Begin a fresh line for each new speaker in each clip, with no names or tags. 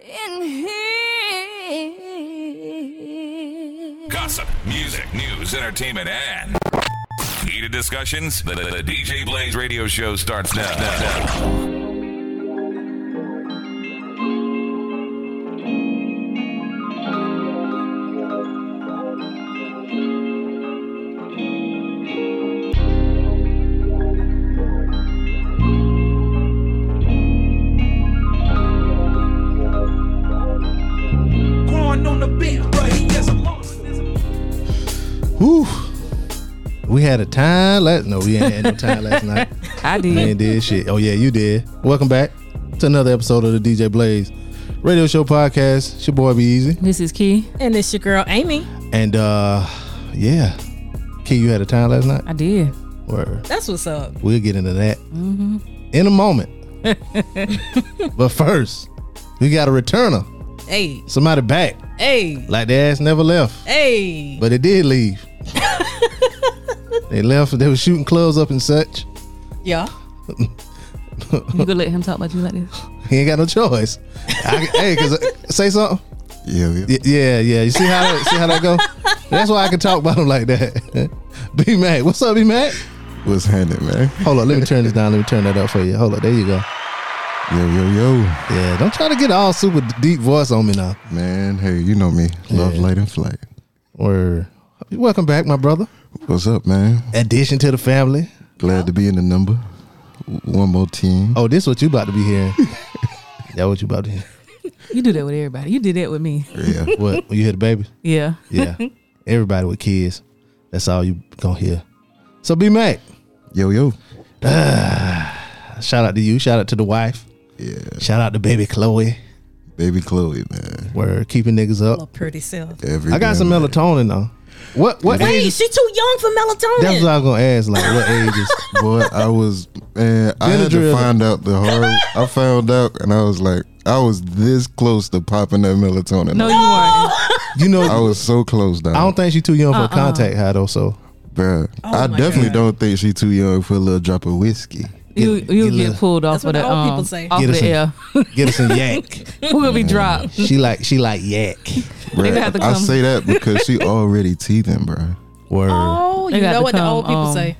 in here.
Gossip, music, news, entertainment, and heated discussions. The, the, the DJ Blaze radio show starts now.
Growing on the bench, but he is a monster.
Whew. We had a time last. No, we ain't had no time last night.
I
We
did.
ain't did shit. Oh yeah, you did. Welcome back to another episode of the DJ Blaze Radio Show podcast. It's your boy Be Easy,
This is Key.
And it's your girl Amy.
and uh, yeah, Key, you had a time last night.
I did. Mm-hmm.
Word.
That's what's up.
We'll get into that in a moment. but first, we got a returner.
Hey,
Somebody back,
hey,
like their ass never left.
hey.
but it did leave. they left. They were shooting clubs up and such.
Yeah.
You gonna let him talk about you like this?
He ain't got no choice. I, hey, cause uh, say something.
Yeah, yeah.
Y- Yeah, yeah. You see how that, see how that go? That's why I can talk about him like that. B Mac, what's up, B Mac?
What's happening, man?
Hold on, let me turn this down. Let me turn that up for you. Hold on, there you go.
Yo, yo, yo.
Yeah, don't try to get all super deep voice on me now.
Man, hey, you know me. Love, light, and flight.
Or welcome back, my brother.
What's up, man?
Addition to the family.
Glad to be in the number. One more team.
Oh, this what you about to be hearing? that what you about to hear?
You do that with everybody. You did that with me.
Oh.
Yeah.
What? When you hear the baby?
Yeah.
Yeah. Everybody with kids. That's all you gonna hear. So B Mac,
Yo, yo.
shout out to you. Shout out to the wife.
Yeah.
Shout out to baby Chloe.
Baby Chloe, man.
We're keeping niggas
Little
up.
pretty self.
Every
I got
damn
some
day.
melatonin though. What what
Hey,
age?
she too young for melatonin.
That's what I was gonna ask. Like what ages?
Boy, I was, man, I
Benadryl.
had to find out the hard. I found out and I was like, I was this close to popping that melatonin.
No, you weren't.
You know,
I was so close, dog.
I don't think she's too young for
Uh-uh.
contact high though. So
Bruh, I
Oh my
definitely
God.
don't think she too young for a little drop of whiskey.
You
Get-
you
get
get,
little-
pulled off
That's what
of the
the old
um,
people say.
off
Get us
the
in.
air.
get us some yak.
Who gonna be dropped?
she like she like yak.
Bruh,
gonna have to
I
come-
say that because she already teething, bruh.
Word.
Oh,
They
you
got
know
to
what the
come,
old people
um,
say.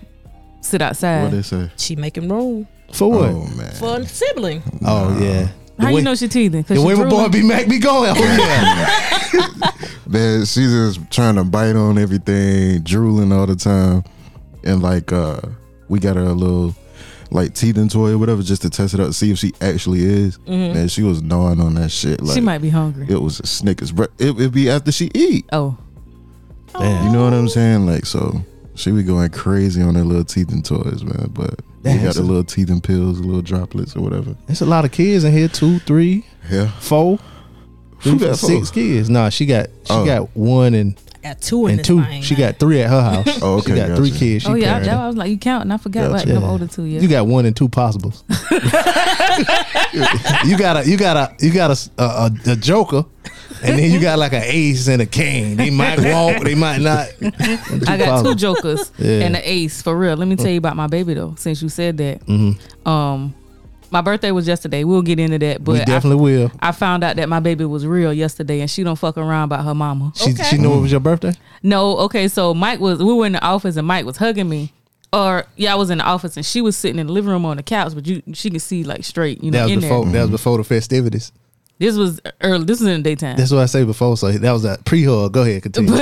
Sit
What
outside.
they say?
She making room
for what?
Oh
Oh,
man.
for a sibling.
yeah.
How
the way,
you know she teething?
the
she
way my boy
drooling.
B Mac be going. Oh yeah.
Man, she's just trying to bite on everything, drooling all the time. And like uh we got her a little like teething toy or whatever just to test it out, see if she actually is. Man, she was gnawing on that shit. Like
Mm-hmm. She might be hungry.
it was a Snickers, but it would be after she eat.
Oh,
Damn.
You know what I'm saying? Like so she be going crazy on her little teething toys, man. But
Damn,
we got
so-
the little teething pills, the little droplets or whatever.
There's a lot of kids in here. Two, three,
Yeah.
four. Three
Who
for
got four?
six kids. Nah, she got she
Oh.
got one and,
I got two in
and
this
two.
thing.
She got three at her house.
Oh, okay,
She got three
gotcha.
kids. She
oh yeah. I,
parenting.
that- I was like, you counting? I forgot about
Gotcha.
them older two. Yeah.
You got one and two possibles. you got a you got a you got a, a, a joker, and then you got like an ace and a king. They might walk, they might not.
I got two
Possible.
jokers
Yeah.
and an ace for real. Let me tell you about my baby though. Since you said that, um, my birthday was yesterday. We'll get into that, but
Mm-hmm. We
I-
definitely will.
I found out that my baby was real yesterday, and she don't fuck around about her mama.
She she knew it was your birthday.
No, okay, so Mike was we were in the office, and Mike was hugging me, or yeah, I was in the office, and she was sitting in the living room on the couch, but you she could see like straight, you know,
That was
in
before
there.
that
Mm-hmm.
was before the festivities.
This was early. This was in the daytime.
That's what I say before. So that was a pre hug. Go ahead, continue.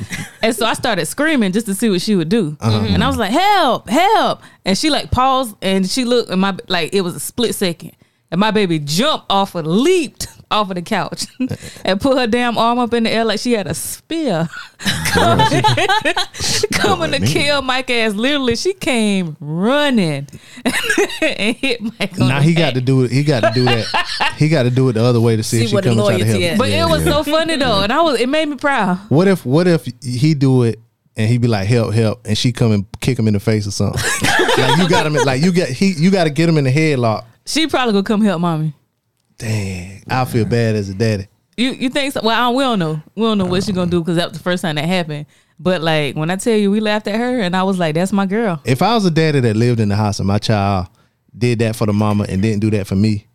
and so I started screaming just to see what she would do.
Uh-huh.
And I was like, help, help. And she like paused and she looked and my like it was a split second. And my baby jumped off of leaped off of the couch and put her damn arm up in the air like she had a spear coming, coming to kill Mike ass. Literally, she came running and hit Mike. on
Now
the
he
back.
got to do it. He got to do that. He got to do it the other way to see,
See
if she
where the
comes and try to help.
loyalty
him.
at.
But
Yeah.
it was so funny though, and I was it made me proud.
What if what if he do it and he be like help help and she come and kick him in the face or something? like you got him like you got he you got to get him in the headlock.
She probably gonna come help mommy.
Dang, I feel bad as a daddy.
You you think so? Well, I, we don't know. We don't know what she gonna do because that was the first time that happened. But like when I tell you, we laughed at her, and I was like, "That's my girl."
If I was a daddy that lived in the house and my child did that for the mama and didn't do that for me,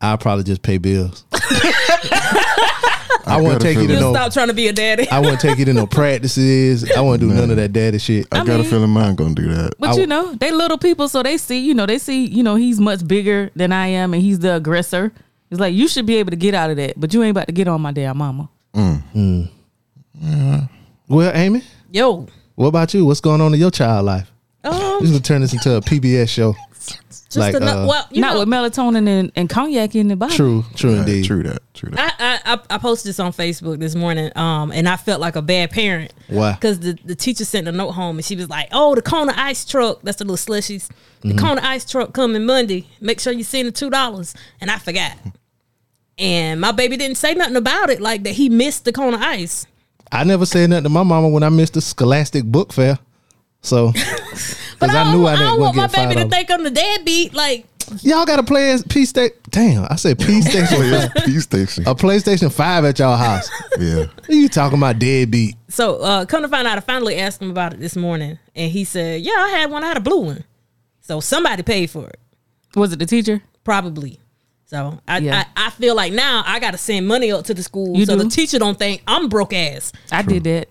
I'd probably just pay bills. I wanna
gotta
take you
feel
to
it.
know-
You'll stop trying to be a daddy.
I wouldn't take you to no practices. I wouldn't do none of that daddy shit.
I, got a
mean-
feeling mine gonna do that.
But you know, they little people, so they see, you know, they see, you know, he's much bigger than I am and he's the aggressor. It's like you should be able to get out of that, but you ain't about to get on my damn mama.
Well, Amy,
Yo.
what about you? What's going on in your child life?
Um,
This is gonna turn this into a PBS show.
just
Like,
another.
uh,
well, you
Not
know,
with melatonin and, and cognac in the body.
True, true
Right,
indeed.
true that. True that.
I, I- I I posted this on Facebook this morning, um, and I felt like a bad parent.
Why?
Because the, the teacher sent a note home, and she was like, "Oh, the Kona Ice truck. That's the little slushies.
Mm-hmm.
The Kona Ice truck coming Monday. Make sure you send the two dollars." And I forgot. And my baby didn't say nothing about it, like that he missed the Kona Ice.
I never said nothing to my mama when I missed the Scholastic Book Fair. So, because
But I,
I,
don't,
knew
I
I didn't
don't want
wouldn't
my
get fired.
baby to
off.
think I'm the deadbeat. Like,
Y'all got a play P Station. Damn, I said P Station.
Players Peace Station.
a PlayStation Five at y'all house.
Yeah.
What you talking about deadbeat?
so uh, come to find out, I finally asked him about it this morning, and he said, "Yeah, I had one. I had a blue one. So somebody paid for it."
Was it the teacher?
probably. So I,
Yeah.
I, I feel like now I gotta send money up to the school
You
so
do.
the teacher don't think I'm broke ass.
I did that.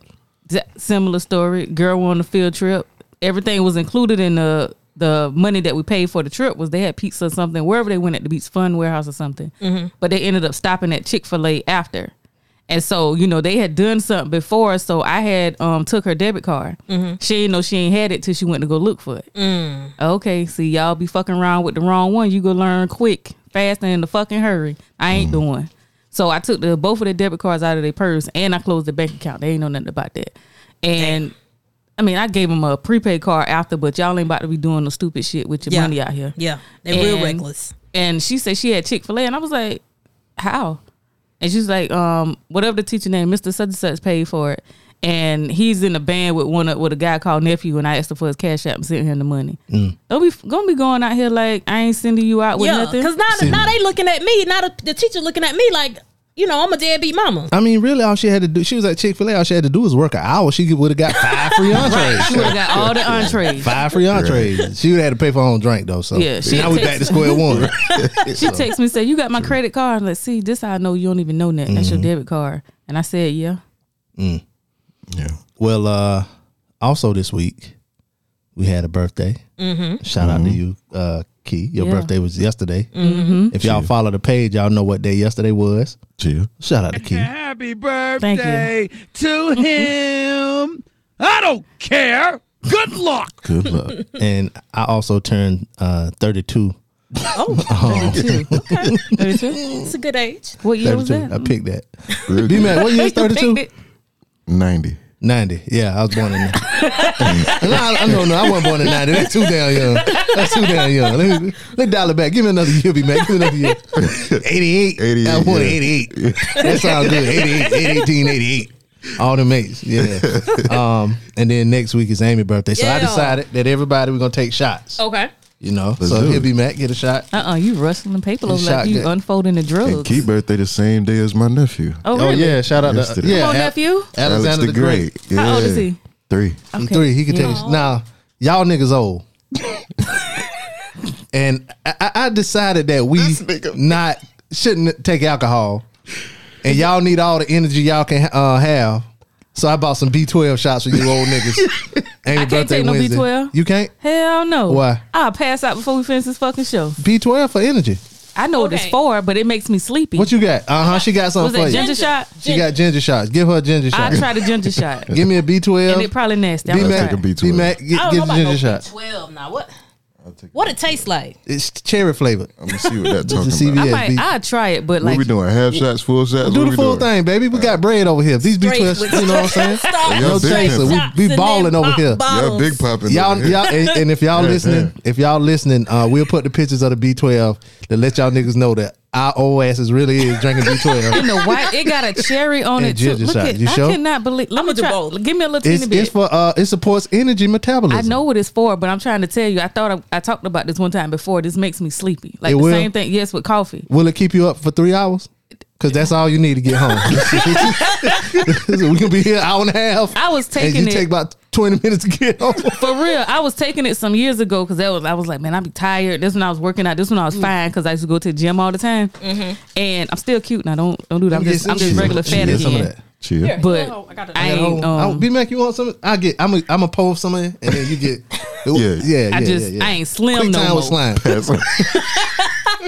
Z- Similar story. Girl on the field trip. Everything was included in the the money that we paid for the trip was they had pizza or something wherever they went at the beach fun warehouse or something. But they ended up stopping at Chick Fil A after, and so you know they had done something before. So I had um took her debit card. She didn't know she ain't had it till she went to go look for it. Okay, see y'all be fucking around with the wrong one. You go learn quick, fast, and in the fucking hurry. I ain't doing. So I took the both of their debit cards out of their purse and I closed the bank account. They ain't know nothing about that. And I mean, I gave them a prepaid card after, but y'all ain't about to be doing no stupid shit with your
Yeah.
money out here.
Yeah, they real
And-
reckless.
And she said she had Chick Fil A, and I was like, how? And she's like, um, whatever the teacher name, Mister Such and Such paid for it, and he's in a band with one of, with a guy called nephew, and I asked him for his cash app and sent him the money. Don't be gonna be going out here like I ain't sending you out with
yeah,
nothing.
because now, now they looking at me. Now the, the teacher looking at me like you know I'm a deadbeat mama.
I mean, really, all she had to do, she was at Chick Fil A. All she had to do was work an hour. She would have got five free
she
entrees.
would have got all the entrees.
five free entrees. She would have had to pay for her own drink though. So
Yeah, she
now we
takes-
back to square one.
She texts me and said, "You got my credit card." I'm like, "See, this how I know you don't even know nothing. That's your debit card." And I said, "Yeah."
Yeah.
Well, uh, also this week we had a birthday. Mm-hmm. Shout out to you, uh, Key. Your
Yeah. Mm-hmm.
birthday was yesterday. If y'all follow the page, y'all know what day yesterday was.
Chill.
Shout out to Key.
Happy
you.
birthday to him. I don't care. Good luck.
Good luck.
and I also turned uh, 32.
It's a good age.
What year was
32.
that?
I picked that. D man, what year is 32?
Picked it.
90.
90. Yeah, I was born in. no, I, I don't know. I wasn't born in 90. That's too damn young. That's too damn young. Let me, let me dial it back. Give me another year, B man. Give me another year. 88.
88,
I was born in
yeah.
88. That sounds good. 88, 18, 88. All the mates. Yeah. Um, and then next week is Amy's birthday. So I
Yeah.
decided that everybody, we're going to take
Oh.
shots.
Okay.
You know,
Let's
so
do it.
he'll be Mac, get a shot.
Uh-uh, you rustling paper
You
like you
shotgun.
unfolding the drugs.
And Key birthday the same day as my nephew.
oh,
Oh,
really?
yeah, shout out to
Yesterday.
yeah,
Come on,
Al-
nephew.
Alexander
Alex
the Great.
Yeah.
How old is he?
Three.
He Three. He can
Yeah.
take now. Y'all niggas old. and I- I, I decided that we not shouldn't take alcohol, and y'all need all the energy y'all can uh, have. So I bought some B twelve shots for you old niggas. Amy
can't take no B12.
You can't
Hell no.
Why?
I'll pass out before we finish this fucking show.
B twelve for energy.
I know what it's
Okay.
for, but it makes me sleepy.
What you got? Uh huh. She got
was
something
that
for you.
ginger shot?
She got ginger shots. Give her a ginger
I
shot.
tried the ginger shot.
Give me a B
And it
twelve.
probably nasty. I'm
B
gonna
Mac.
take a
try it.
B12.
B Mac. Get,
I
Oh,
get
don't
the
know
ginger
about no
shot.
twelve now. What? What it tastes like?
It's cherry flavored.
I'm gonna see what that talking
see
about.
me-
I
Yeah,
might,
B-
I'll try it, but
What
like,
we doing? Half shots, full shots?
Do
what
the
we
full
doing? Uh,
thing, baby. We got bread over here. These B
Straight
twelve,
with-
you know what I'm saying?
Stop.
Y'all
No
big
chaser.
pimpin'.
We, we
Shots and
balling
then
over
pop
here.
Y'all
bottles.
big popping.
Y'all,
over here.
y'all, and, and if y'all listening, if y'all listening, uh, we'll put the pictures of the B twelve to let y'all niggas know that our old asses really is drinking B
in
twelve.
the white, it got a cherry on
And
it too.
ginger
Look
shot.
at,
You
I
sure?
cannot believe. Let
I'ma
me
do
try.
both.
Give me a little teeny
It's,
bit.
it's for uh, it supports energy metabolism.
I know what it's for, but I'm trying to tell you. I thought I, I talked about this one time before. This makes me sleepy. Like
It
the
will.
same thing. Yes, with coffee.
Will it keep you up for three hours? Cause that's all you need to get home. so we gonna be here an hour and a half.
I was
and
taking
you
it.
take about 20 minutes to get home.
For real, I was taking it some years ago because that was I was like, man, I be tired. This when I was working out. This when I
Mm.
was fine because I used to go to the gym all the time, and I'm still cute. Now don't don't do that. I'm just I'm just regular
She Mm-hmm. get
fat again.
some of that.
Chill.
But
I got it.
I
At home.
ain't.
I
Um,
don't- B-Mac, you want some? I get. I'm a, I'm a post some of it, and then you get. yeah, yeah,
I
yeah,
just
yeah.
I ain't slim
Quick
no
time
more.
with slime.
That's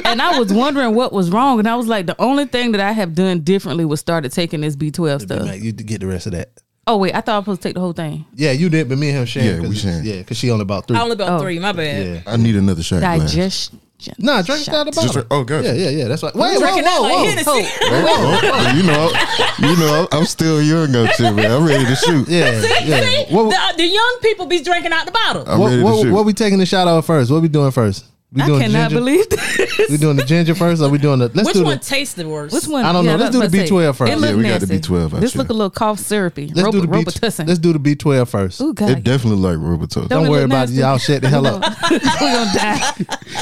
and I was wondering what was wrong, and I was like, the only thing that I have done differently was started taking this B12 stuff.
B-Mac, you get the rest of that.
Oh wait, I thought I was supposed to take the whole thing.
Yeah, you did, but me and him sharing.
Yeah, we
'cause it's-
sharing.
Yeah, because she only about three.
I only bought
Oh.
three. My bad.
yeah.
I need another shot glass.
Digestion.
Nah, drink it out of the bottle.
Just drink- oh, gotcha.
Yeah, yeah, yeah. That's why. Wait, whoa,
Drinking that
whoa,
like
whoa.
Hennessy.
Oh, you know, you know, I'm still young up here, man. I'm ready to shoot.
Yeah,
See,
yeah.
see,
What,
the, the young people be drinking out the bottle.
I'm
what,
ready to
what,
shoot.
what we taking the shot out first? What we doing first? We
I
doing
cannot
ginger?
believe this.
We doing the ginger first, or we doing the? Let's
Which
do
one
the.
tastes the worst?
Which one?
I don't know. Let's
that's
do
what
the
I say.
B12 first.
It look
Yeah, we got the
nasty.
B12 out
This
here.
look a little cough syrupy.
Let's
Robo-
do the B.
Robitussin.
Let's do the B twelve first.
Ooh, God.
It definitely like Robitussin.
Don't
Don't
it
worry
look
about it.
nasty?
Y'all shut the hell up.
we gonna die.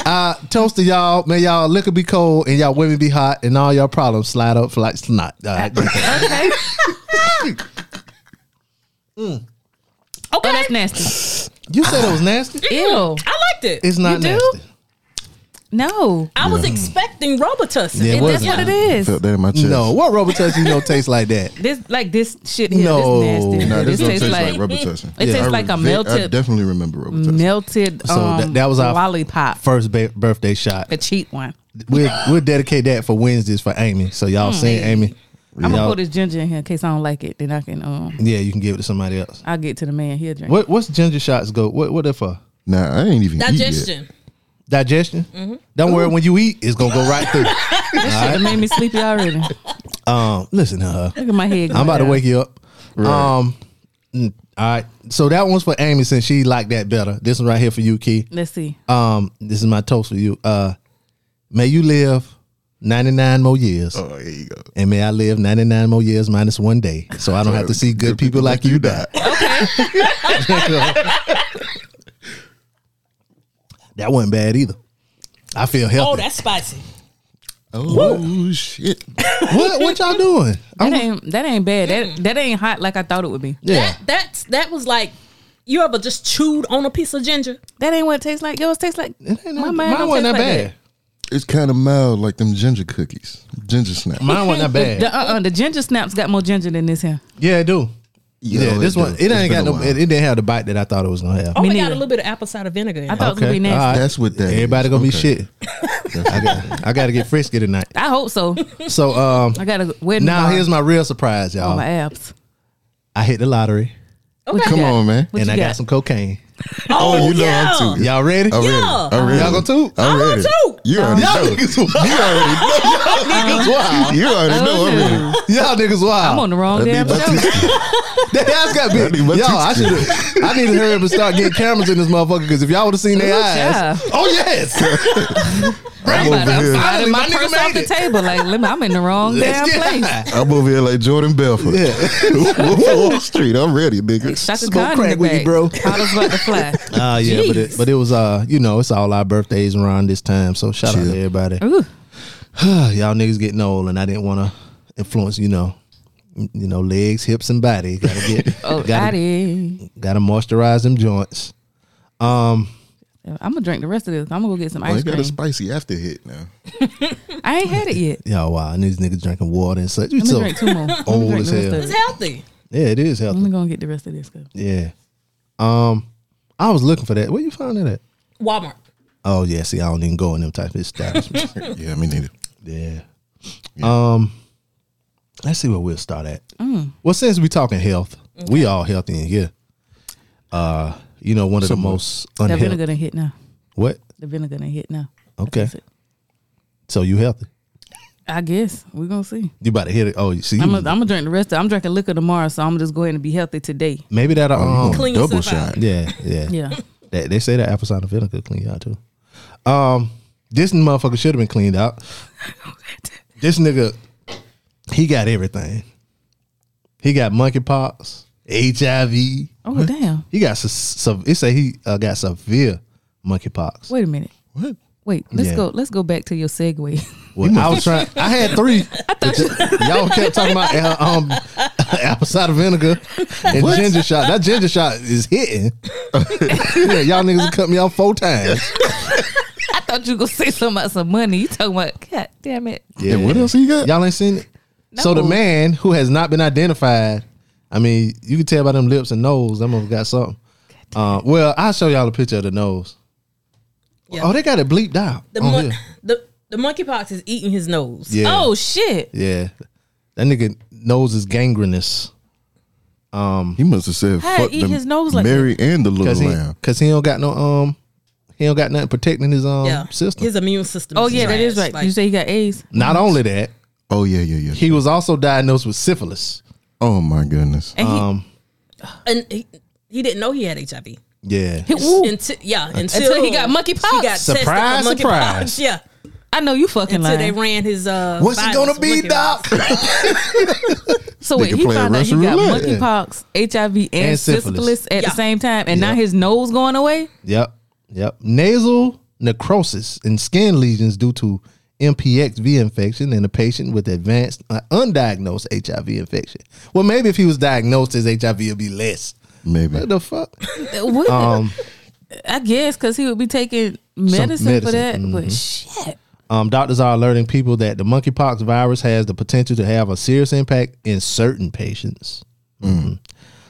Uh, toast to y'all. May y'all liquor be cold and y'all women be hot and all y'all problems slide up like snot. All right.
Okay. Okay. Oh, that's nasty.
You said it was nasty.
Ew.
I liked it.
It's not
You do?
nasty.
No.
I was expecting Robitussin.
Yeah,
It
what-
That's
wasn't.
what it is.
Felt that in my chest.
No, what Robitussin you know tastes like that?
This like this shit here.
No.
This nasty.
Nah,
this
this, don't
tastes
taste
like,
like, Robitussin.
It tastes like a
I re- I
melted-
definitely remember Robitussin.
melted.
So
um,
that, that was our
lollipop.
first ba- birthday shot.
a cheap one.
We'll, we'll dedicate that for Wednesdays for Amy. So y'all saying Amy,
Hmm. I'm gonna
y'all-
put this ginger in here in case I don't like it. Then I can um
yeah, you can give it to somebody else.
I'll get to the man here drink.
What what's ginger shots go? What what they for?
Nah, I ain't even
Digestion.
Digestion.
Mm-hmm.
Don't worry, when you eat, it's gonna go right through.
It made me sleepy already. Look
um, listen to her.
at my head.
I'm about to
going
wake you up. Um, mm, all right. So that one's for Amy since she liked that better. This one right here for you, Key.
Let's see.
Um, this is my toast for you. Uh, may you live 99 more years.
eat it. Oh, here you go.
And may I live 99 more years minus one day. So I don't have to see good people like you die. Okay. that wasn't bad either. I feel healthy.
Oh, that's spicy.
Oh shit!
what, what y'all doing?
That ain't that ain't bad. That that ain't hot like I thought it would be.
Yeah.
That that's that was like you ever just chewed on a piece of ginger?
That ain't what it tastes like. Yours tastes like my mind
Mine
don't
wasn't that
taste like
bad.
It's kind of mild, like them ginger cookies, ginger snaps.
Mine wasn't that
The,
bad.
uh, uh, the ginger snaps got more ginger than this here.
Yeah, it do. Yeah, this one it ain't got no. It, it didn't have the bite that I thought it was gonna have.
Oh,
Me
we got
neither.
a little bit of apple cider vinegar in
I
it.
thought it was gonna be nasty.
all right.
That's what that.
Everybody
is.
gonna be
Okay.
shit. I got, I got to get frisky tonight.
I hope so.
So um,
I got a wedding.
now
bar
here's my real surprise,
on
y'all.
my abs.
I hit the lottery
What you
Come
got?
on, man.
What
and
you
I got?
got?
some cocaine.
Oh, you know I'm too.
Y'all ready?
I'm ready.
Yeah.
I'm ready.
Y'all gonna toot?
I'm
I
ready.
want toot.
You already
Y'all
know.
niggas wild.
You already know. You already know. I'm ready.
Oh,
Y'all niggas wild.
I'm on the wrong
That
damn
be my
show.
Their eyes got big.
I need my
Y'all, I should.
toots
I need to hurry up and start getting cameras in this motherfucker because if y'all would have seen their
Ooh,
eyes,
child.
oh yes,
I'm
I'm
over here.
sliding my
Finally, my
purse
nigga
off the
made it.
table. Like, let me- I'm in the wrong damn place.
I'm over here like Jordan Belfort. Wolf of Wall Street. I'm ready, nigga.
Shot the
Smoke
gun
crack
in the
with you,
back.
bro.
I was about to fly.
Ah, yeah, but it,
Jeez.
but it was uh, you know, it's all our birthdays around this time, so shout out
Chill.
to everybody.
Ooh.
y'all niggas getting old, and I didn't want to influence, you know, m- you know, legs, hips, and body. Gotta get,
Oh,
gotta,
daddy.
gotta moisturize them joints.
I'm gonna drink the rest of this. I'm gonna go get some
Oh,
ice
it got
cream.
a spicy after hit now.
I ain't had it yet.
Y'all, wow, and these niggas drinking water and such. You
Let me
so
drink Mm-hmm. two more. Let me
old
drink
as
the rest
hell.
of
It's
it.
healthy.
yeah, it is healthy.
Let me go and get the rest of this. Girl.
Yeah. Um, I was looking for that. Where you found that at?
Walmart.
Oh yeah, see, I don't even go in them type of establishments.
Yeah, me neither.
yeah. Um, let's see where we'll start at.
Mm.
Well, since we talking health, we all healthy in here. Uh, you know, one of the most
The
unhealthy.
vinegar done hit now.
What?
The vinegar done hit now.
Okay.
it.
So you healthy?
I guess we're gonna see.
You about to hit it? Oh, you see,
I'm gonna I'm drink the rest of. I'm drinking liquor tomorrow, so I'm gonna just go ahead and be healthy today.
maybe that. Um,
Clean
Double
yourself out.
shot.
yeah, yeah,
Yeah.
That, they say that apple cider vinegar clean you out too. Um, this motherfucker should have been cleaned out. this nigga, he got everything. He got monkeypox, HIV.
Oh damn!
He got so it say he uh, got severe monkeypox.
Wait a minute.
What?
Wait. Let's
Yeah.
go. Let's go back to your segue.
Well, I was trying. I had three. But y- y'all kept talking about uh, um apple cider vinegar and ginger shot. That ginger shot is hitting. yeah, y'all niggas cut me off four times.
I thought you gonna say something about some money. You talking about? God damn it!
Yeah.
And what else he got?
Y'all ain't seen it. So the
No.
man who has not been identified, I mean, you can tell by them lips and nose, them have got something. Uh, well, I'll show y'all a picture of the nose.
Yeah.
Oh, they got it bleeped out.
The,
on
mon-
here.
the the monkeypox is eating his nose.
Oh, yeah.
Oh shit!
Yeah. That nigga nose is gangrenous.
He must have said,
How
"Fuck
he
the
his nose like
Mary and the little
Cause he,
lamb."
cause he don't got no um he don't got nothing protecting his um
Yeah,
system.
his immune system.
Oh yeah, that is
trash.
right.
Like,
you say you got AIDS.
not only that,
Oh yeah, yeah, yeah.
he was also diagnosed with syphilis.
oh my goodness.
And
and he, he didn't know he had HIV.
Yeah.
he, he, woo.
Until, yeah, until,
Until he got monkeypox.
He got tested for
Surprise,
monkeypox.
surprise.
Yeah,
I know you fucking
until they
lying.
ran his. uh
What's it
vitals
gonna
for
be,
monkeypox.
Doc?
so wait,
Nigga
he
playing
found out he
Russian
got
roulette.
monkeypox, HIV, and,
And syphilis.
syphilis. at
Yeah.
the same time, and now
Yeah.
his nose going away.
Yep. Yep. Nasal necrosis and skin lesions due to MPXV infection in a patient with advanced uh, undiagnosed HIV infection. Well, maybe if he was diagnosed as HIV, it'd be less.
Maybe.
What the fuck?
What? I guess because he would be taking medicine,
medicine,
for that. But shit,
Um, doctors are alerting people that the monkeypox virus has the potential to have a serious impact in certain patients. Mhm.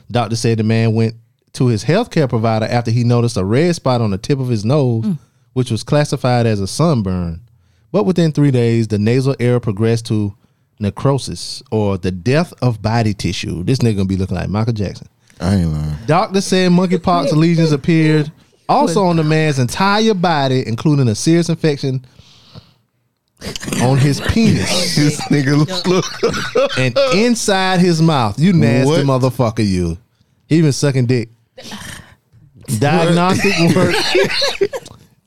Doctor said the man went to his healthcare provider after he noticed a red spot on the tip of his nose, which was classified as a sunburn. But within three days, the nasal area progressed to necrosis or the death of body tissue. This nigga gonna be looking like Michael Jackson.
I ain't lying.
Doctor said monkeypox lesions appeared also on the man's entire body, including a serious infection on his penis
this nigga look.
and inside his mouth. You nasty
What?
motherfucker, you. He been sucking dick. Diagnostic work.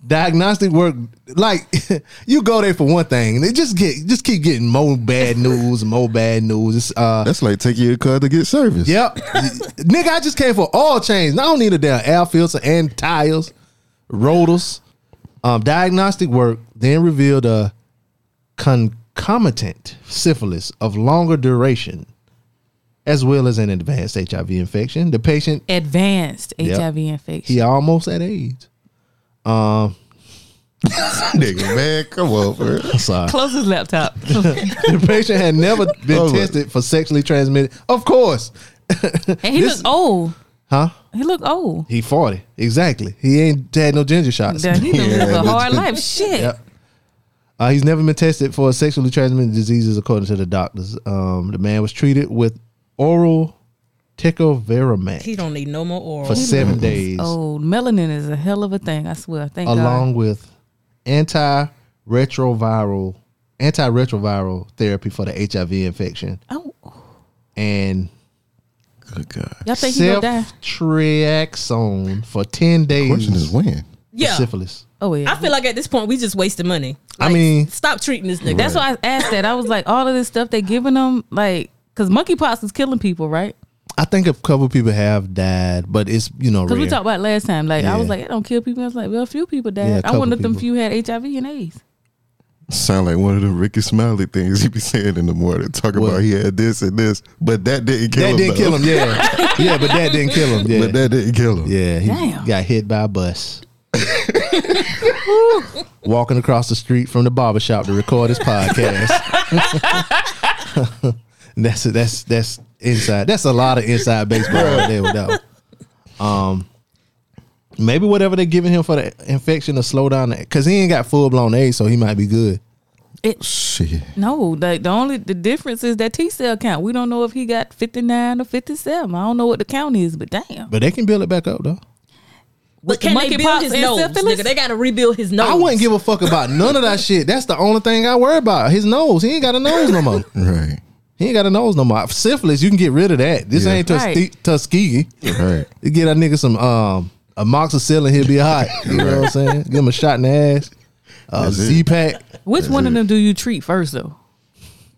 Diagnostic work. Like you go there for one thing, and they just get just keep getting more bad news, and more bad news. It's, uh,
That's like taking your car to get service.
Yep. Nigga, I just came for all chains. I don't need a damn air filter and tires, rotors. Um, diagnostic work then revealed a concomitant syphilis of longer duration, as well as an advanced HIV infection. The patient,
advanced
Yep.
HIV infection.
he almost at AIDS.
nigga, man, come on, bro.
Sorry.
Close his laptop.
the patient had never been
Oh, look.
tested for sexually transmitted. Of course.
And he
This-
looked old.
Huh?
He looked old.
He 40. Exactly. He ain't had no ginger shots.
Damn, he done lived a hard life. Shit.
Yep. Uh, he's never been tested for sexually transmitted diseases, according to the doctors. Um, the man was treated with oral
He
tecoviramat
don't need no more oral.
for seven days,
Oh, melanin is a hell of a thing. I swear. Thank
along with antiretroviral antiretroviral therapy for the HIV infection
God. Oh,
and
Good God.
y'all think he gonna die?
ceftriaxone for ten days
Question is when?
for
yeah,
syphilis.
Oh yeah.
I feel like at this point we just wasted money.
I
Like,
mean-
stop treating this nigga.
that's why I asked that. I was like, all of this stuff they giving them, like, because monkeypox is killing people, right?
I think a couple people have died, but it's you know
Because we
rare.
talked about last time. Like, I was
Yeah.
like, it don't kill people. I was like, well, a few people
Yeah, a
died. I
couple
wonder if them
people.
few had HIV and AIDS.
Sound like one of the Ricky Smiley things he be saying in the morning. Talk
What?
about he had this and this, but that didn't kill
that
him.
didn't
though.
kill him, yeah, yeah, but that didn't kill him, yeah.
But that didn't kill him.
Yeah, he
Damn.
got hit by a bus. Walking across the street from the barbershop to record his podcast. And that's that's that's inside. That's a lot of inside baseball right there with that. one. Um, maybe whatever they're giving him for the infection to slow down, because he ain't got full blown AIDS, so he might be good.
Shit.
No, like the only the difference is that T cell count. We don't know if he got fifty nine or fifty seven. I don't know what the count is, but damn.
But they can build it back up though.
But can they
monkeypox
build his
and
nose?
syphilis?
Nigga, they got to rebuild his nose.
I wouldn't give a fuck about none of that shit. That's the only thing I worry about. His nose. He ain't got a nose no more.
Right.
He ain't got a nose no more. Syphilis, you can get rid of that. This
Yeah.
ain't Tus-
Right.
Tuskegee.
Right.
You get a nigga some um amoxicillin, he'll be hot. You know what I'm saying? Give him a shot in the ass. Uh,
That's it.
Z pack.
Which one of them do you treat first though?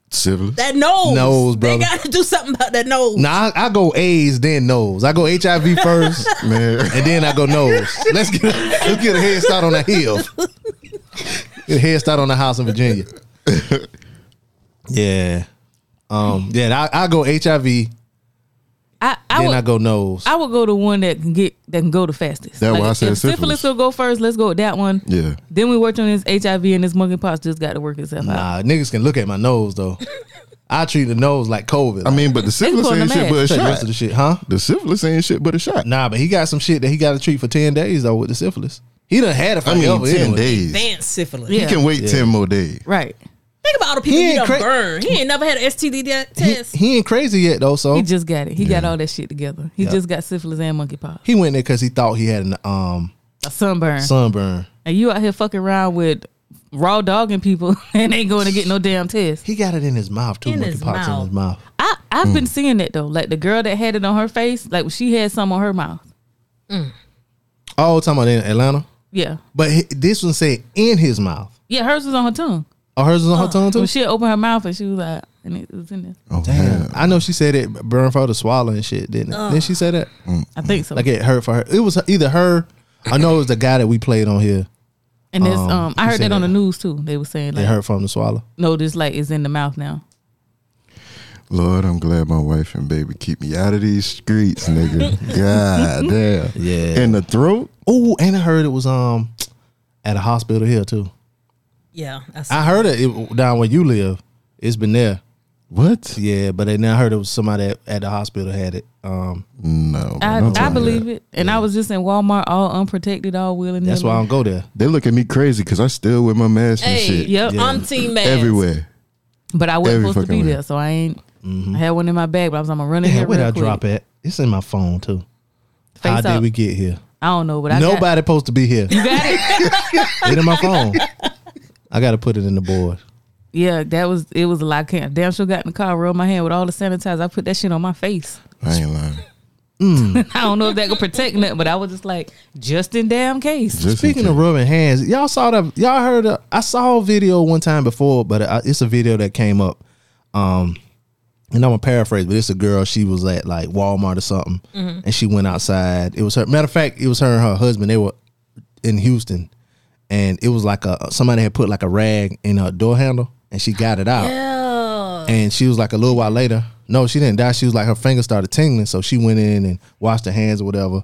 Syphilis.
that nose.
Nose, brother.
They got to do something about that nose.
Nah, I, I go A's then nose. I go HIV first
Man.
and then I go nose. Let's get let's get a head start on the hill. Get a head start on the house in Virginia. Yeah. Um, yeah, I, I go HIV
I, I
Then
would
I go nose.
I would go to one that can get that can go the fastest.
That's why I
if-
said
if syphilis.
syphilis.
will go first. Let's go with that one.
Yeah.
Then we worked on this HIV and this monkeypox just got to work itself out.
Nah, niggas can look at my nose though. I treat the nose like COVID.
I mean, but the syphilis
putting
ain't
them
shit but a
ads.
Take the rest
shot.
of the shit, huh?
The syphilis ain't shit but a shot.
Nah, but he got some shit that he got to treat for ten days though with the syphilis. He done had it for
I mean,
forever
ten
anyway.
days.
Advanced syphilis.
Yeah.
You can wait ten more days.
Right.
Think about all the people
He
he
ain't
done
cra-
burned. He ain't never had an STD de-
He,
test.
he ain't crazy yet though, so
He
Oh.
he,
just got it. He got all that shit together. He just got syphilis and monkeypox.
went there because he thought he had an um
A sunburn.
sunburn.
and you out here fucking around with raw dogging people and ain't going to get no damn test.
He got it in his mouth too.
In
monkey
his
pox in
mouth.
his mouth.
I I've
Mm.
been seeing that though. Like the girl that had it on her face, like she had some on her mouth.
Oh, talking about in Atlanta.
Yeah.
But he, this one said in his mouth.
Yeah, hers was on her tongue.
Oh, hers was on her tongue
So
too.
she opened her mouth and she was like, and it was in there.
Oh
Damn.
man.
I know she said it burned for her to swallow and shit, didn't it? Didn't she say that?
I think so.
Like it hurt for her. It was either her. I know it was the guy that we played on here.
and this,
um,
um, I
you
heard
said
that on
that.
the news too. They were saying
It
like,
hurt for him to swallow.
no, this light is in the mouth now.
Lord, I'm glad my wife and baby keep me out of these streets, nigga.
Ah,
God damn.
Yeah.
In the throat?
Oh, and I heard it was um at a hospital here too.
yeah. That's,
I heard it, it down where you live. It's been there.
What?
Yeah, but then I heard it was somebody at, at the hospital had it. Um,
No.
I,
don't
I
tell me
believe
that.
it. And I was just in Walmart, all unprotected, all willing.
that's why I don't go there.
They look at me crazy because I still wear my mask and
hey,
shit.
Yep.
I'm team man.
Everywhere.
But I wasn't
Every
supposed to
fucking
be
way.
there, so I ain't. I had one in my bag, but I was I'm gonna run in
Mm-hmm. Yeah,
here.
where did
real
I
quick.
drop at? It's in my phone too.
Face
How
up.
did we get here?
I don't know, but I
Nobody
got,
supposed to be here.
you got it.
it in my phone. I got to put it in the board.
Yeah, that was it was a lot. Can't damn sure got in the car, rubbed my hand with all the sanitizer. I put that shit on my face.
I ain't lying.
I don't know if that could protect nothing, but I was just like, just in damn case.
Just in
Speaking of
case.
rubbing hands, y'all saw that. Y'all heard. Of, I saw a video one time before, but I, it's a video that came up. Um, and I'm gonna paraphrase, but it's a girl. She was at like Walmart or something, and she went outside. It was her. Matter of fact, it was her and her husband. They were in Houston, and it was like a somebody had put like a rag in her door handle, and she got it out. And she was like a little while later. No, she didn't die. She was like her finger started tingling, so she went in and washed her hands or whatever.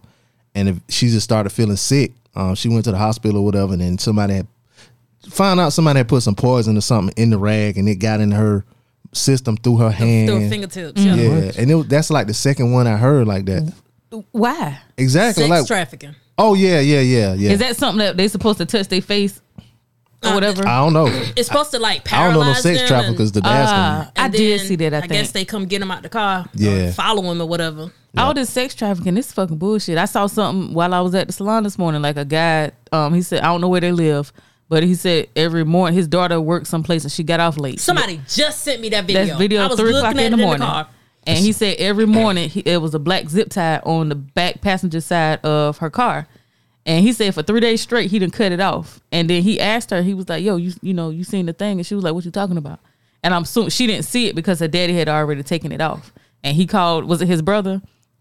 And if she just started feeling sick, um, she went to the hospital or whatever. And then somebody had found out somebody had put some poison or something in the rag, and it got in her system through her hand.
Through fingertips. Yeah.
yeah, and it, was- that's like the second one I heard like that.
Why
Exactly.
Sex
like
trafficking.
oh yeah, yeah, yeah, yeah.
is that something that they supposed to touch their face or
Uh,
whatever?
I don't know.
It's supposed to like
I
paralyze
don't know no
them
sex
and-
traffickers to ask them.
Uh, I
and
did
then
see that. I,
I
think
guess they come get him out the car.
Yeah.
Or follow him or whatever.
all this sex trafficking this fucking bullshit i saw something while i was at the salon this morning like a guy um he said i don't know where they live but he said every morning his daughter worked someplace and she got off late
Somebody just sent me that video.
that's video
I was
three
looking
o'clock
at
in the
it
morning
car.
and he said every morning he, it was a black zip tie on the back passenger side of her car and he said for three days straight he didn't cut it off and then he asked her he was like yo you you know you seen the thing and she was like what you talking about and i'm assuming she didn't see it because her daddy had already taken it off and he called was it his brother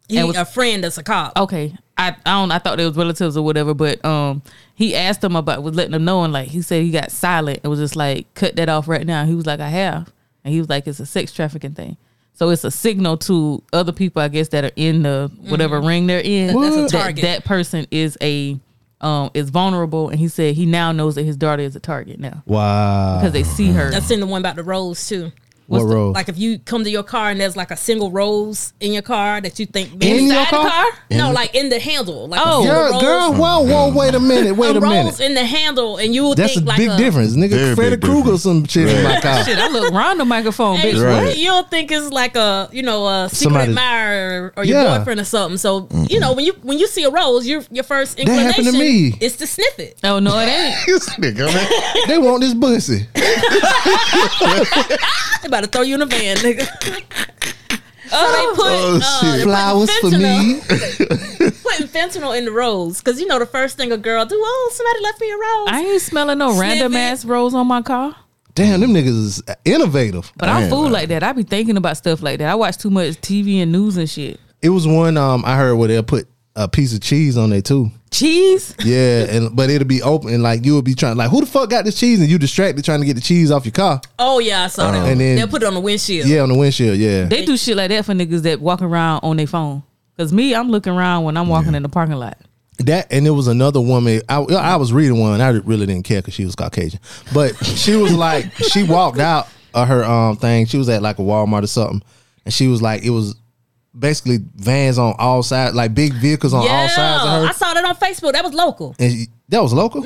He,
And was-
a friend that's a cop.
okay. I, I don't I thought they was relatives or whatever, but um he asked them about was letting them know and like he said he got silent and was just like cut that off right now. He was like I have, and he was like it's a sex trafficking thing. So it's a signal to other people, I guess, that are in the whatever ring they're in.
Mm-hmm. That's a
that-
target.
That, person is a um is vulnerable, and he said he now knows that his daughter is a target now
Wow.
because they see her.
I've seen the one about the rolls too.
What role?
Like if you come to your car and there's like a single rose in your car that you think
In your car?
No, like in the handle. Like
Oh.
oh,
girl, girl, whoa, whoa, wait a minute, wait a minute.
rolls in the handle, and you will
That's a
think like
big
a,
difference, nigga.
Very
Freddy
big
Krueger
difference.
some shit in my car.
Shit, I look around the microphone,
Hey,
bitch.
Right.
You'll think it's like a you know a secret
Somebody-
admirer or your
Yeah.
boyfriend or something. So you know when you when you see a rose, your your first inclination
happened to me.
is to sniff it.
Oh no, it ain't.
This nigga, man.
they want this pussy.
They about to throw you in a van, nigga. Oh, they put
Oh,
uh,
shit.
they put
Flowers for
fentanyl-
me.
Putting fentanyl in the rose because you know the first thing a girl do. Oh, somebody left me a rose.
I ain't smelling no
Sniff
random
it.
ass rose on my car.
Damn, them niggas is innovative.
But I'm
Man,
fool
man.
like that. I be thinking about stuff like that. I watch too much TV and news and shit.
It was one um I heard where they'll put a piece of cheese on there too.
Cheese?
Yeah, and but it'll be open, and like you will be trying, like who the fuck got this cheese, and you distracted trying to get the cheese off your car.
Oh yeah, I saw that.
Uh-huh. and then-
They'll put it on the windshield.
Yeah, on the windshield. Yeah,
They do shit like that for niggas that walk around on their phone. Cause me, I'm looking around when I'm walking in the parking lot.
that and it was another woman. I, I was reading one. I really didn't care because she was Caucasian, but she was like she walked out of her um thing. She was at like a Walmart or something, and she was like it was basically vans on all sides, like big vehicles on all sides of her.
I saw that on Facebook. That was local.
and she, that was local.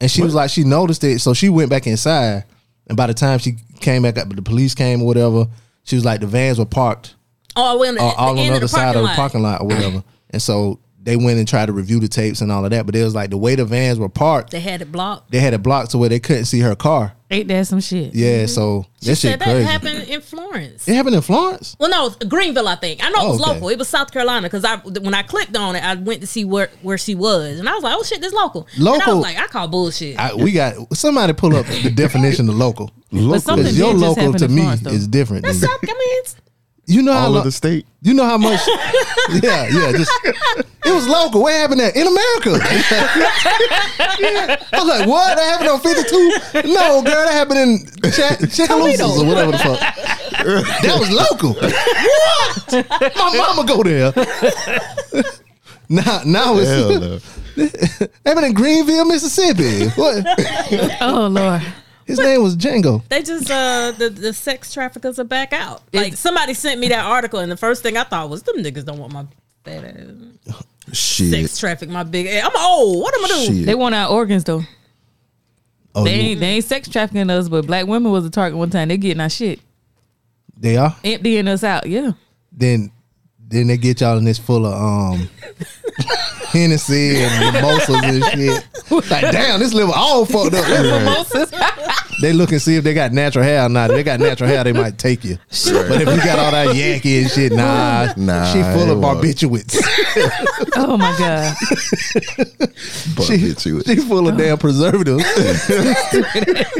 And she was like, she noticed it, so she went back inside. And by the time she came back up, the police came or whatever. She was like, the vans were parked
Oh, we on the,
uh, all
the
on
end
the
of
other
the
side
parking
of the
lot.
parking lot or whatever. and so they went and tried to review the tapes and all of that. But it was like the way the vans were parked,
They had it blocked.
they had it blocked to where they couldn't see her car.
Ain't that some shit?
Yeah, so that
Said
shit
that
crazy.
happened in Florence.
It happened in Florence.
Well, no, it's Greenville, I think. I know it
Oh,
was
okay.
local. It was South Carolina because I when I clicked on it, I went to see where where she was, and I was like, "Oh shit, this local." And I
Local-
was like, "I call bullshit."
I, we got somebody pull up the definition of local.
But something
Because
did
your
just
local
happen
to
in
me
Florence, though.
is different.
That's
than-
South. I mean, it's,
you know how
all
lo-
of the state.
You know how much? yeah, yeah. Just it was local. What happened there in America? I was like, what? That happened on fifty two? No, girl, that happened in Ch- Chattaloosa's or whatever the fuck. That was local. what? My mama go there. now, now it's
Hell no.
happened in Greenville, Mississippi. What?
Oh Lord.
His name was Django.
they just uh the, the sex traffickers are back out. Like somebody sent me that article, and the first thing I thought was, "Them niggas don't want my fat ass
Shit.
sex traffic, my big ass." I'm old. What am I doing?
They
Shit.
want our organs though.
Oh,
They
you-
ain't, they ain't sex trafficking us, but black women was a target one time. They getting our shit,
they are.
emptying us out. Yeah,
then then they get y'all in this full of um Hennessy and mimosas and shit. Like, damn, this liver all fucked up.
mimosas.
They look and see if they got natural hair or not. If they got natural hair, they might take you. But if you got all that yankee and shit, nah,
Nah,
she full of
it won't.
barbiturates.
oh my god.
Barbecue.
she full of damn preservatives.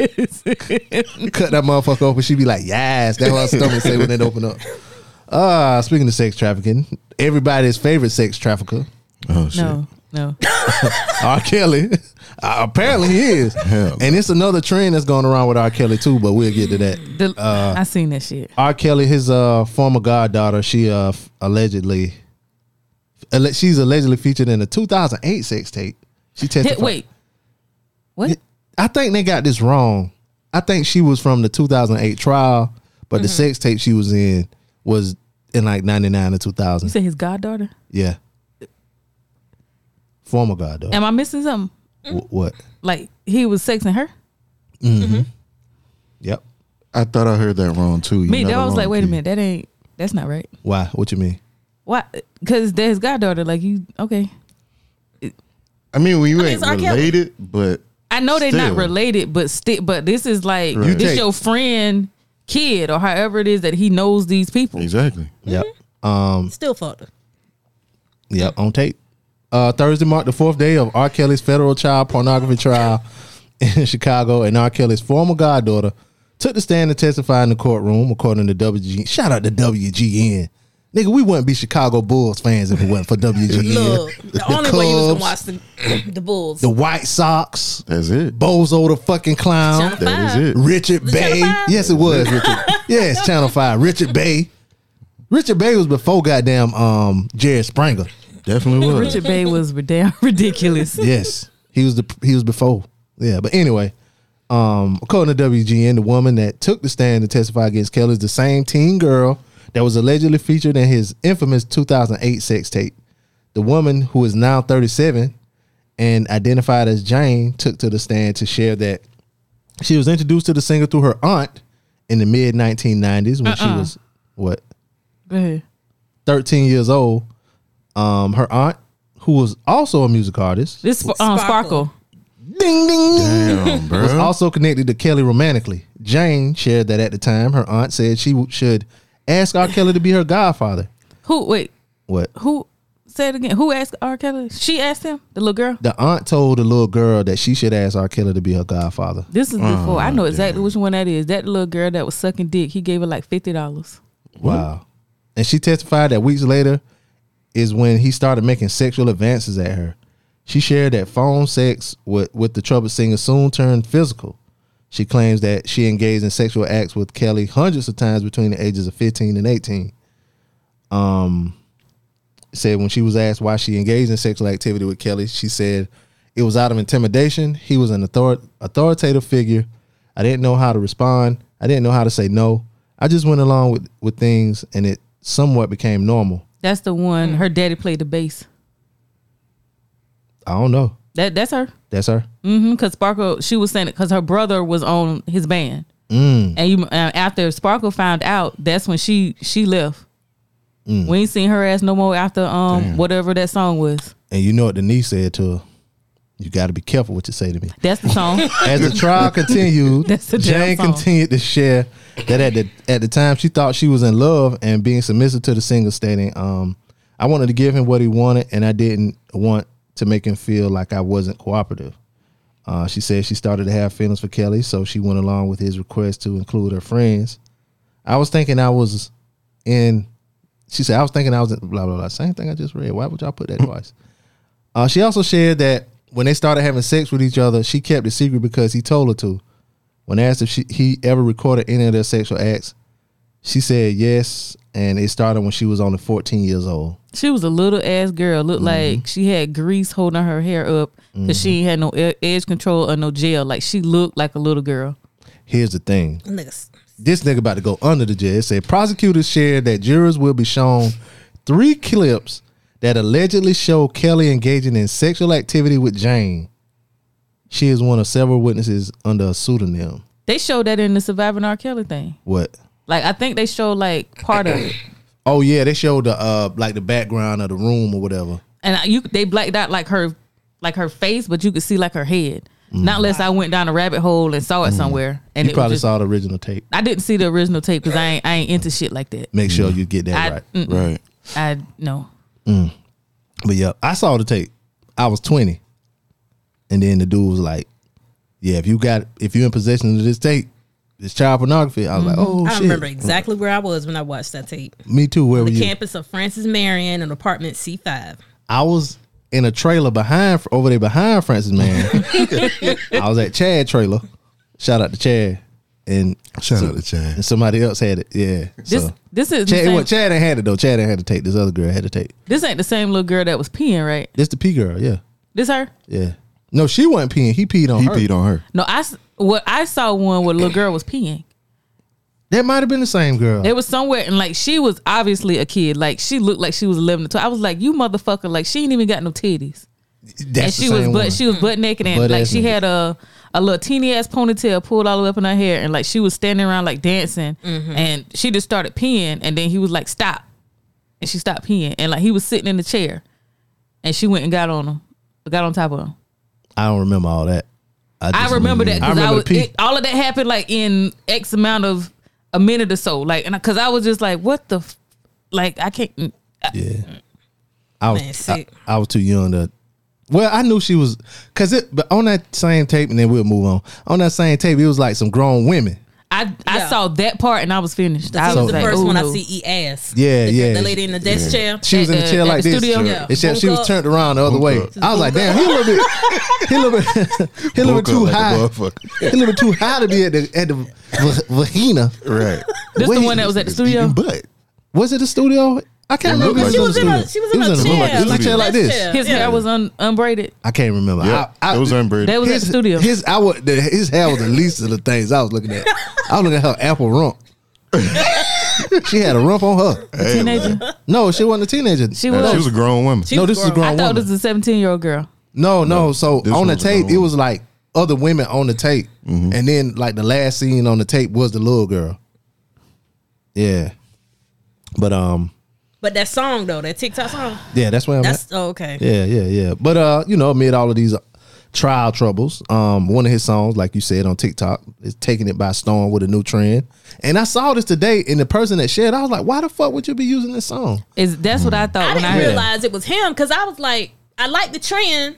Cut that motherfucker open. She be like, yes, that's what her stomach say when it open up. Uh, speaking of sex trafficking, everybody's favorite sex trafficker,
Oh shit.
No, no.
R. Kelly. Uh, apparently he is.
Hell.
And it's another trend that's going around with R. Kelly too, but we'll get to that.
The-
Uh,
I seen that shit.
R. Kelly, his uh former goddaughter, she uh f- allegedly alle- she's allegedly featured in a 2008 sex tape. She
Hit,
testified.
wait, what?
I think they got this wrong. I think she was from the 2008 trial, but the
Mm-hmm.
sex tape she was in was in like 99 to 2000.
You said his goddaughter?
yeah. Former goddaughter.
Am I missing something?
Wh- what?
Like he was sexing her?
Yep.
I thought I heard that wrong too. You
Me,
know
that
the
I was
wrong
like, wait a
key.
minute, that ain't that's not right.
Why? What you mean?
Why? Because that's his goddaughter. Like you, okay.
I mean, when you
mean,
ain't
it's R. Kelly.
related, but
I know they're
Still.
not related, but still, but this is like
Right. You
this
take-
your friend kid or however it is that he knows these people.
exactly.
Mm-hmm.
Yep.
Still fucked. her.
Yep, on tape. Uh, Thursday marked the fourth day of R. Kelly's federal child pornography trial in Chicago, and R. Kelly's former goddaughter took the stand to testify in the courtroom, according to WGN. Shout out to WGN. Nigga, we wouldn't be Chicago Bulls fans if it wasn't for WGN.
Look, the, only way you was gonna
Cubs,
watch the the Bulls.
the White Sox,
That's it.
Bozo the fucking clown.
Channel
That
Five.
is it.
Richard
Was it
Bay.
Channel Five?
Yes, it was. Richard. yes, Channel Five. Richard Bay. Richard Bay was before goddamn um, Jared Springer.
Definitely was.
Richard Bay was rid- damn ridiculous.
Yes, he was the he was before. Yeah, but anyway, um, according to WGN, the woman that took the stand to testify against Kelly is the same teen girl that was allegedly featured in his infamous 2008 sex tape. The woman who is now 37 and identified as Jane took to the stand to share that she was introduced to the singer through her aunt in the mid 1990s when she was what
Go ahead.
13 years old. Um, her aunt, who was also a music artist,
This um, sparkle.
Sparkle.
ding ding.
Damn, bro.
was also connected to Kelly romantically. Jane shared that at the time, her aunt said she w- should ask R. Kelly to be her godfather.
Who? Wait,
What?
who? Say it again. Who asked R. Kelly? She asked him. The little girl.
The aunt told the little girl that she should ask R. Kelly to be her godfather.
This is before.
Oh,
I know exactly which one that is. That little girl that was sucking dick. He gave her like fifty dollars.
Wow. And she testified that weeks later, is when he started making sexual advances at her. She shared that phone sex with, with the troubled singer soon turned physical. She claims that she engaged in sexual acts with Kelly hundreds of times between the ages of 15 and 18. Um, said when she was asked why she engaged in sexual activity with Kelly, she said it was out of intimidation. He was an author- authoritative figure. I didn't know how to respond. I didn't know how to say no. I just went along with, with things and it somewhat became normal.
That's the one. Her daddy played the bass.
I don't know.
That that's her.
That's her.
Mm-hmm. Cause Sparkle, she was saying it because her brother was on his band. Mm. And you, uh, after Sparkle found out, that's when she she left. We ain't seen her ass no more after um whatever that song was.
And you know what Denise said to her? You got to be careful what you say to me.
That's the song.
As the trial continued,
That's a damn
Jane
song.
continued to share that at the at the time she thought she was in love and being submissive to the singer, stating, um, "I wanted to give him what he wanted, and I didn't want to make him feel like I wasn't cooperative." Uh, she said she started to have feelings for Kelly, so she went along with his request to include her friends. I was thinking I was in. She said I was thinking I was in blah blah blah. Same thing I just read. Why would y'all put that twice? Uh, she also shared that when they started having sex with each other, she kept it secret because he told her to. When asked if she, he ever recorded any of their sexual acts, she said yes, and it started when she was only 14 years old.
she was a little ass girl. Looked like she had grease holding her hair up because she ain't had no e- edge control or no gel. Like she looked like a little girl.
Here's the thing
Niggas.
this nigga about to go under the jail. It said prosecutors shared that jurors will be shown three clips that allegedly show Kelly engaging in sexual activity with Jane. She is one of several witnesses under a pseudonym.
They showed that in the Surviving R. Kelly thing.
What?
Like I think they showed like part of it.
Oh yeah, they showed the uh like the background of the room or whatever.
and I- you they blacked out like her like her face, but you could see like her head. Not unless I went down a rabbit hole and saw it somewhere.
Mm-hmm. You
And it was
probably
just,
saw the original tape.
I didn't see the original tape because I ain't I ain't into shit like that.
Make sure you get that
I
right.
mm,
Right.
I no.
But yeah, I saw the tape. I was twenty, and then the dude was like, "Yeah, if you got if you're in possession of this tape, it's child pornography." I was like,
Mm-hmm.
"Oh
I
shit." Oh,
remember exactly where I was when I watched that tape.
Me too. Where were
The
you?
campus of Francis Marion and apartment C five.
I was in a trailer behind over there behind Francis man. I was at Chad trailer. Shout out to Chad and
Shout out to Chad.
and somebody else had it. Yeah.
This
so.
this is the
Chad,
same,
well, Chad ain't had it though. Chad ain't had to take. This other girl had to take.
this ain't the same little girl that was peeing, right?
This the P girl, yeah,
This her?
yeah. No, she wasn't peeing. He peed on
He
her.
peed on her.
No, I s- what I saw one where a little girl was peeing.
That might have been the same girl.
It was somewhere and like she was obviously a kid. Like she looked like she was eleven to twelve. I was like, you motherfucker! Like she ain't even got no titties.
That's
and she was butt she was butt naked and
Butt
like
ass
she
naked.
had a a little teeny ass ponytail pulled all the way up in her hair and like she was standing around like dancing
Mm-hmm.
and she just started peeing and then he was like stop and she stopped peeing and like he was sitting in the chair and she went and got on him got on top of him
I don't remember all that.
I
just
remember that
I
because I,
remember
was
the pee.
it, all of that happened like in X amount of a minute or so like and because I was just like what the f-? like I can't mm.
yeah. I was
Man,
I,
sick.
I was too young to. Well, I knew she was because it. But on that same tape, and then we'll move on. On that same tape, it was like some grown women.
I I
Yeah.
saw that part and I was finished I
That was the
like,
first
"Ooh,
one I
no."
see eat ass.
Yeah,
the,
yeah.
The lady in the desk chair.
She was in the
At-
chair
at
like
the
this,
studio?
Yeah.
except she
Woke
was
up.
turned around the other way. I was like, damn, he a little bit, he a little bit, he a little bit
Woke up
too
like a
high,
motherfucker.
he a little bit too high to be at the at the v- vagina.
Right.
this
Wait,
the one that was at the
It's
studio
eating Butt.
Was it a studio? I can't
It
remember.
looked
if it was
like a
studio.
studio.
She was in
It
a
room
chair.
Like, it was a chair like
Desk
this.
chair.
His hair was un- unbraided.
I can't remember.
Yeah.
I, I,
it was unbraided.
They was at the studio.
His I was, the, his hair was the least of the things I was looking at. I was looking at her apple rump. she had a rump on her.
Hey,
Teenager.
No, she wasn't a teenager.
She
man.
was.
She was a grown woman.
She
no,
was
this is
grown.
grown
I thought
woman.
this was a seventeen year old girl.
no, no. So
this
on the
was a
tape,
grown
it was like other women on the tape, and then like the last scene on the tape was the little girl. Yeah, but um,
But that song though, that TikTok song.
yeah, that's where I'm at.
That's oh, okay.
Yeah, yeah, yeah. But uh, you know, amid all of these trial troubles, um, one of his songs, like you said on TikTok, is taking it by storm with a new trend. And I saw this today, and the person that shared, I was like, why the fuck would you be using this song?
Is that's what
Hmm.
I thought
I
when
didn't
I heard.
realize it was him because I was like, I like the trend,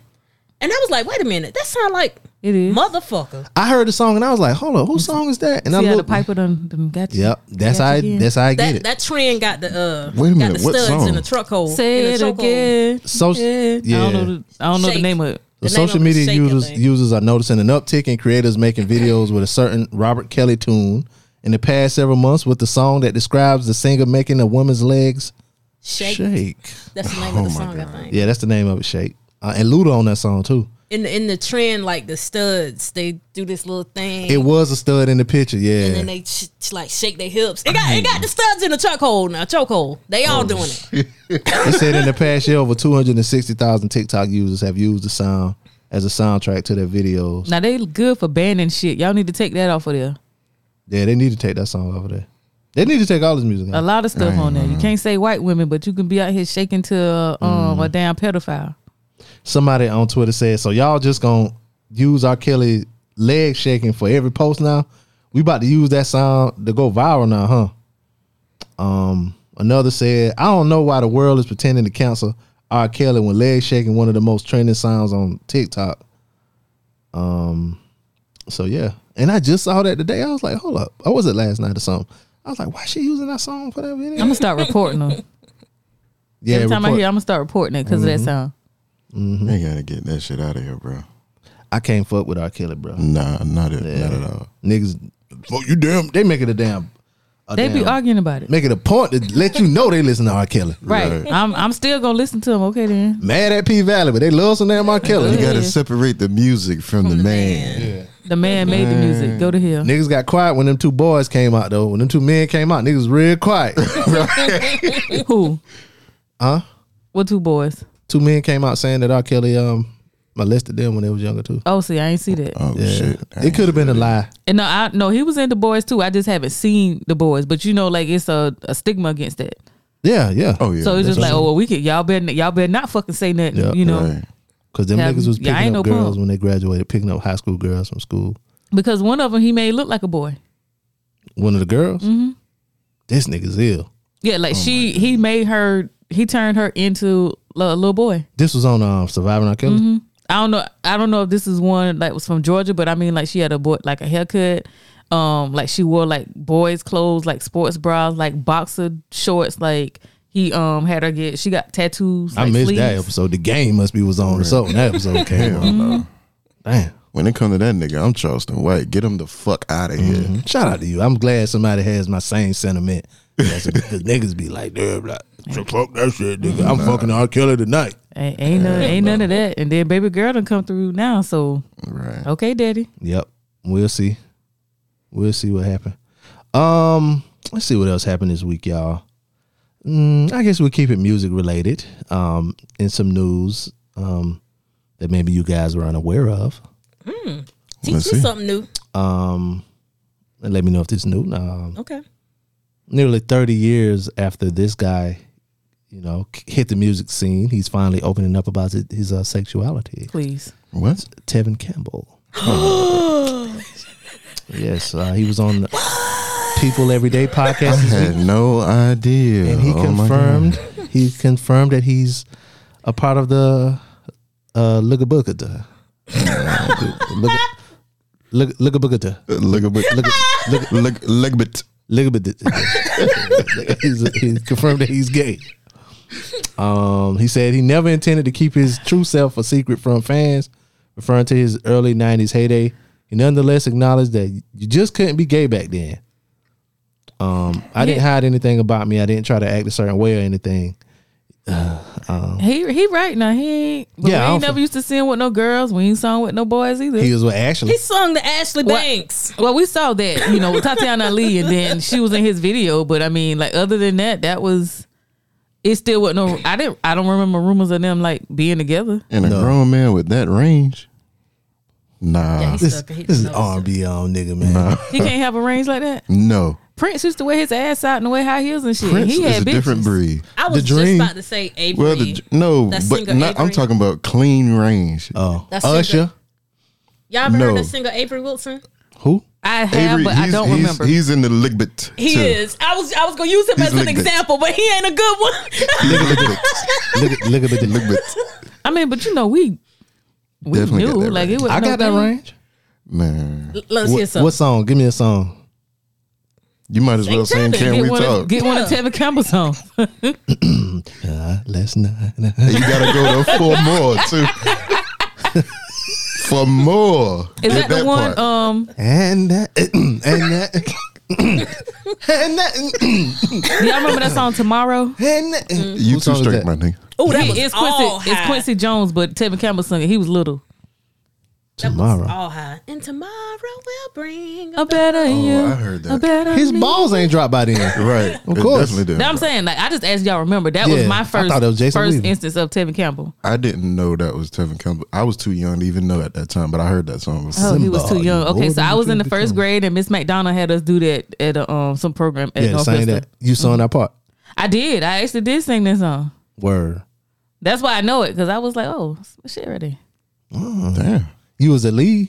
and I was like, wait a minute, that sound like
It is.
Motherfucker.
I heard the song and I was like, hold up, whose song is that? And I
See how the
looked.
piper done, done got you.
Yep, that's
Got
how I,
you again.
that's how I get
That
it.
that trend got the uh
Wait a minute,
got the
what
studs
song?
in the truck hole.
Say
in
it
the chokehold.
again.
So-
I don't
yeah.
know. The, I don't know the
Shake.
name of it.
The
The name
social
of it was
media
Shake Your
users
Thing.
users are noticing an uptick in creators making videos with a certain Robert Kelly tune in the past several months with the song that describes the singer making a woman's legs
Shake.
shake. Oh
That's the name of the song, I think.
Yeah, that's the name of it, shake. Uh, and Luda on that song too.
In the in the trend, like the studs, they do this little thing.
It was a stud in the picture, yeah.
and then they sh- sh- like shake their hips. It got it got the studs in the chokehold now. Chokehold. They
Oh,
all doing it.
It said in the past year, over 260,000 TikTok users have used the sound as a soundtrack to their videos.
Now they good for banning shit. Y'all need to take that off of there.
Yeah, they need to take that song over there. They need to take all this music.
A
Out.
lot of stuff on there.
Mm-hmm.
You can't say white women, but you can be out here shaking to uh, um, a damn pedophile.
Somebody on Twitter said, so y'all just gonna use R. Kelly leg shaking for every post now? We about to use that sound to go viral now, huh? Um, another said, I don't know why the world is pretending to cancel R. Kelly when leg shaking one of the most trending sounds on TikTok. Um, So yeah, and I just saw that today. I was like, hold up, or was it last night or something? I was like, why she using that song for that video?
I'm gonna start reporting them.
yeah,
Every time I
report- Mm-hmm.
hear, I'm gonna start reporting it because of that sound.
They gotta get that shit out of here, bro.
I can't fuck with R. Kelly, bro.
Nah, not at, not at all.
Niggas, oh you damn, they make it a damn. a
They be
damn-
arguing about it.
Make it a point to let you know they listen to R. Kelly.
Right.
Right.
I'm I'm still gonna listen to them. Okay then.
Mad at P Valley, but they love some damn R.
You
Kelly.
gotta separate the music from, the, man.
The man made the music. Go to hell.
Niggas got quiet when them two boys came out though. When them two men came out, niggas real quiet.
Who? Huh? What two boys?
two men came out saying that R. Kelly um molested them when they was younger too.
Oh, see, I ain't see that.
Oh
Yeah.
shit! I
it
ain't
could have been a
sure.
lie.
And no, I no, he was in the boys too. I just haven't seen the boys, but you know, like it's a, a stigma against that.
Yeah, yeah.
Oh yeah.
so it's just
that's
like, oh well, we could y'all better y'all better not fucking say nothing.
Yeah,
you know,
right.
Cause them
Have-
niggas was
yeah,
picking
I ain't
up
no
girls
punk.
when they graduated, picking up high school girls from school.
because one of them he made look like a boy.
One of the girls, mm-hmm. this nigga's ill.
Yeah,
Oh
like she he made her he turned her into a little boy.
This was on um, Surviving Our Killer.
I don't know. I don't know if this is one like was from Georgia, but I mean, like she had a boy like a haircut. Um, like she wore like boys' clothes, like sports bras, like boxer shorts. Like he um had her get she got tattoos.
I
like,
missed that
sleeves.
episode. The game must be was on or something. That episode came
Hell
on.
no.
Damn.
When it come to that nigga, I'm Charleston White. Get him the fuck out of here.
Shout out to you. I'm glad somebody has my same sentiment. Because niggas be like, damn, like, so fuck that shit, nigga. I'm fucking R. Kelly tonight.
Ain't, ain't, none, ain't none of that. And then baby girl done come through now. So
Oh.
Right.
okay, daddy.
Yep. We'll see. We'll see what happened. Um, let's see what else happened this week, y'all. Mm, I guess we'll keep it music related. Um, in some news, um, that maybe you guys were unaware of.
Teach
Let's
me
see.
something new.
Um, and let me know if this is new. Um,
Okay.
nearly 30 years after this guy, you know, k- hit the music scene, he's finally opening up about his, his uh, sexuality.
Please.
What?
Tevin Campbell. yes, uh, he was on People Everyday podcast
I
this
had
week,
no idea.
and he
Oh, my
confirmed he confirmed that he's a part of the uh, Lugabugada. Lugabugada.
God. Uh, Look a bit. Look a look. Look. Look a bit.
Lugabugada. He's he's confirmed that he's gay. Um, he said he never intended to keep his true self a secret from fans, referring to his early '90s heyday. He nonetheless acknowledged that you just couldn't be gay back then. Um, I didn't hide anything about me. I didn't try to act a certain way or anything.
He he right now. He ain't but
Oh. Yeah, I
we
don't
ain't never
feel-
used to sing with no girls. We ain't sung with no boys either.
He was with Ashley.
He sung the Ashley
What?
Banks.
well, we saw that, you know, with Tatiana Lee and then she was in his video, but I mean, like other than that, that was it still wasn't no I didn't I don't remember rumors of them like being together.
And a grown man with that range. Nah.
Yeah, he's
This,
stuck. He
this is
knows it.
R&B on nigga man.
He can't have a range like that.
no.
Prince used to wear his ass out and wear high heels and shit.
Prince
he
is
had
a
bitches.
different breed.
I
The
was just
Dream.
about to say Avery.
Well, the, no,
That
but
singer
not, I'm
Avery.
talking about clean range.
Oh,
That's
Usher.
Usher. Y'all ever
no.
heard that singer Avery Wilson?
Who?
I have, but I
he's-
don't
he's,
remember.
He's in the ligbit.
He
too.
is. I was I was gonna use him
He's
as an
licked it.
example, but he ain't a good one.
Ligbit.
Look at look at the
Ligbit.
I mean, but you know, we We
Definitely
knew
got that
like
range.
it was.
I got that range.
Man,
Let's hear
What,
something.
what song? Give me a song.
you might as well sing
other.
"Can
Get
We
one,
Talk."
of, get one of Tevin Campbell's on.
Uh, let's not.
you gotta go to four more too. For more,
Is
Get
that, the one?
part.
Um,
and that. And that. and that.
do y'all remember that song "Tomorrow"?
And that. Who
you too
song is
straight,
that?
my nigga.
Oh, that
He-
was
it's
all
Quincy.
high.
It's Quincy Jones, but Tevin Campbell sung it. He was little.
Tomorrow.
All high. And tomorrow will bring.
A
Oh,
better you.
I heard that.
A better
His
me.
balls ain't dropped by then.
Right,
Of
It
course.
definitely did.
That I'm saying, like I just asked y'all remember that was
Yeah,
my
I
first
thought that was Jason
first
Weaver.
instance of Tevin Campbell.
I didn't know that was Tevin Campbell. I was too young to even know at that time, but I heard that song before.
Oh, he was too
Symbol,
young.
you
Okay, so
golden
I was in the
retriever
first
coon.
grade, and Miss McDonald had us do that at a, um some program at
Yeah, sing
Northwestern.
that. You sung that part.
I did. I actually did sing that song.
Word.
That's why I know it because I was like, oh shit, ready.
Damn.
Mm-hmm. You was a lead.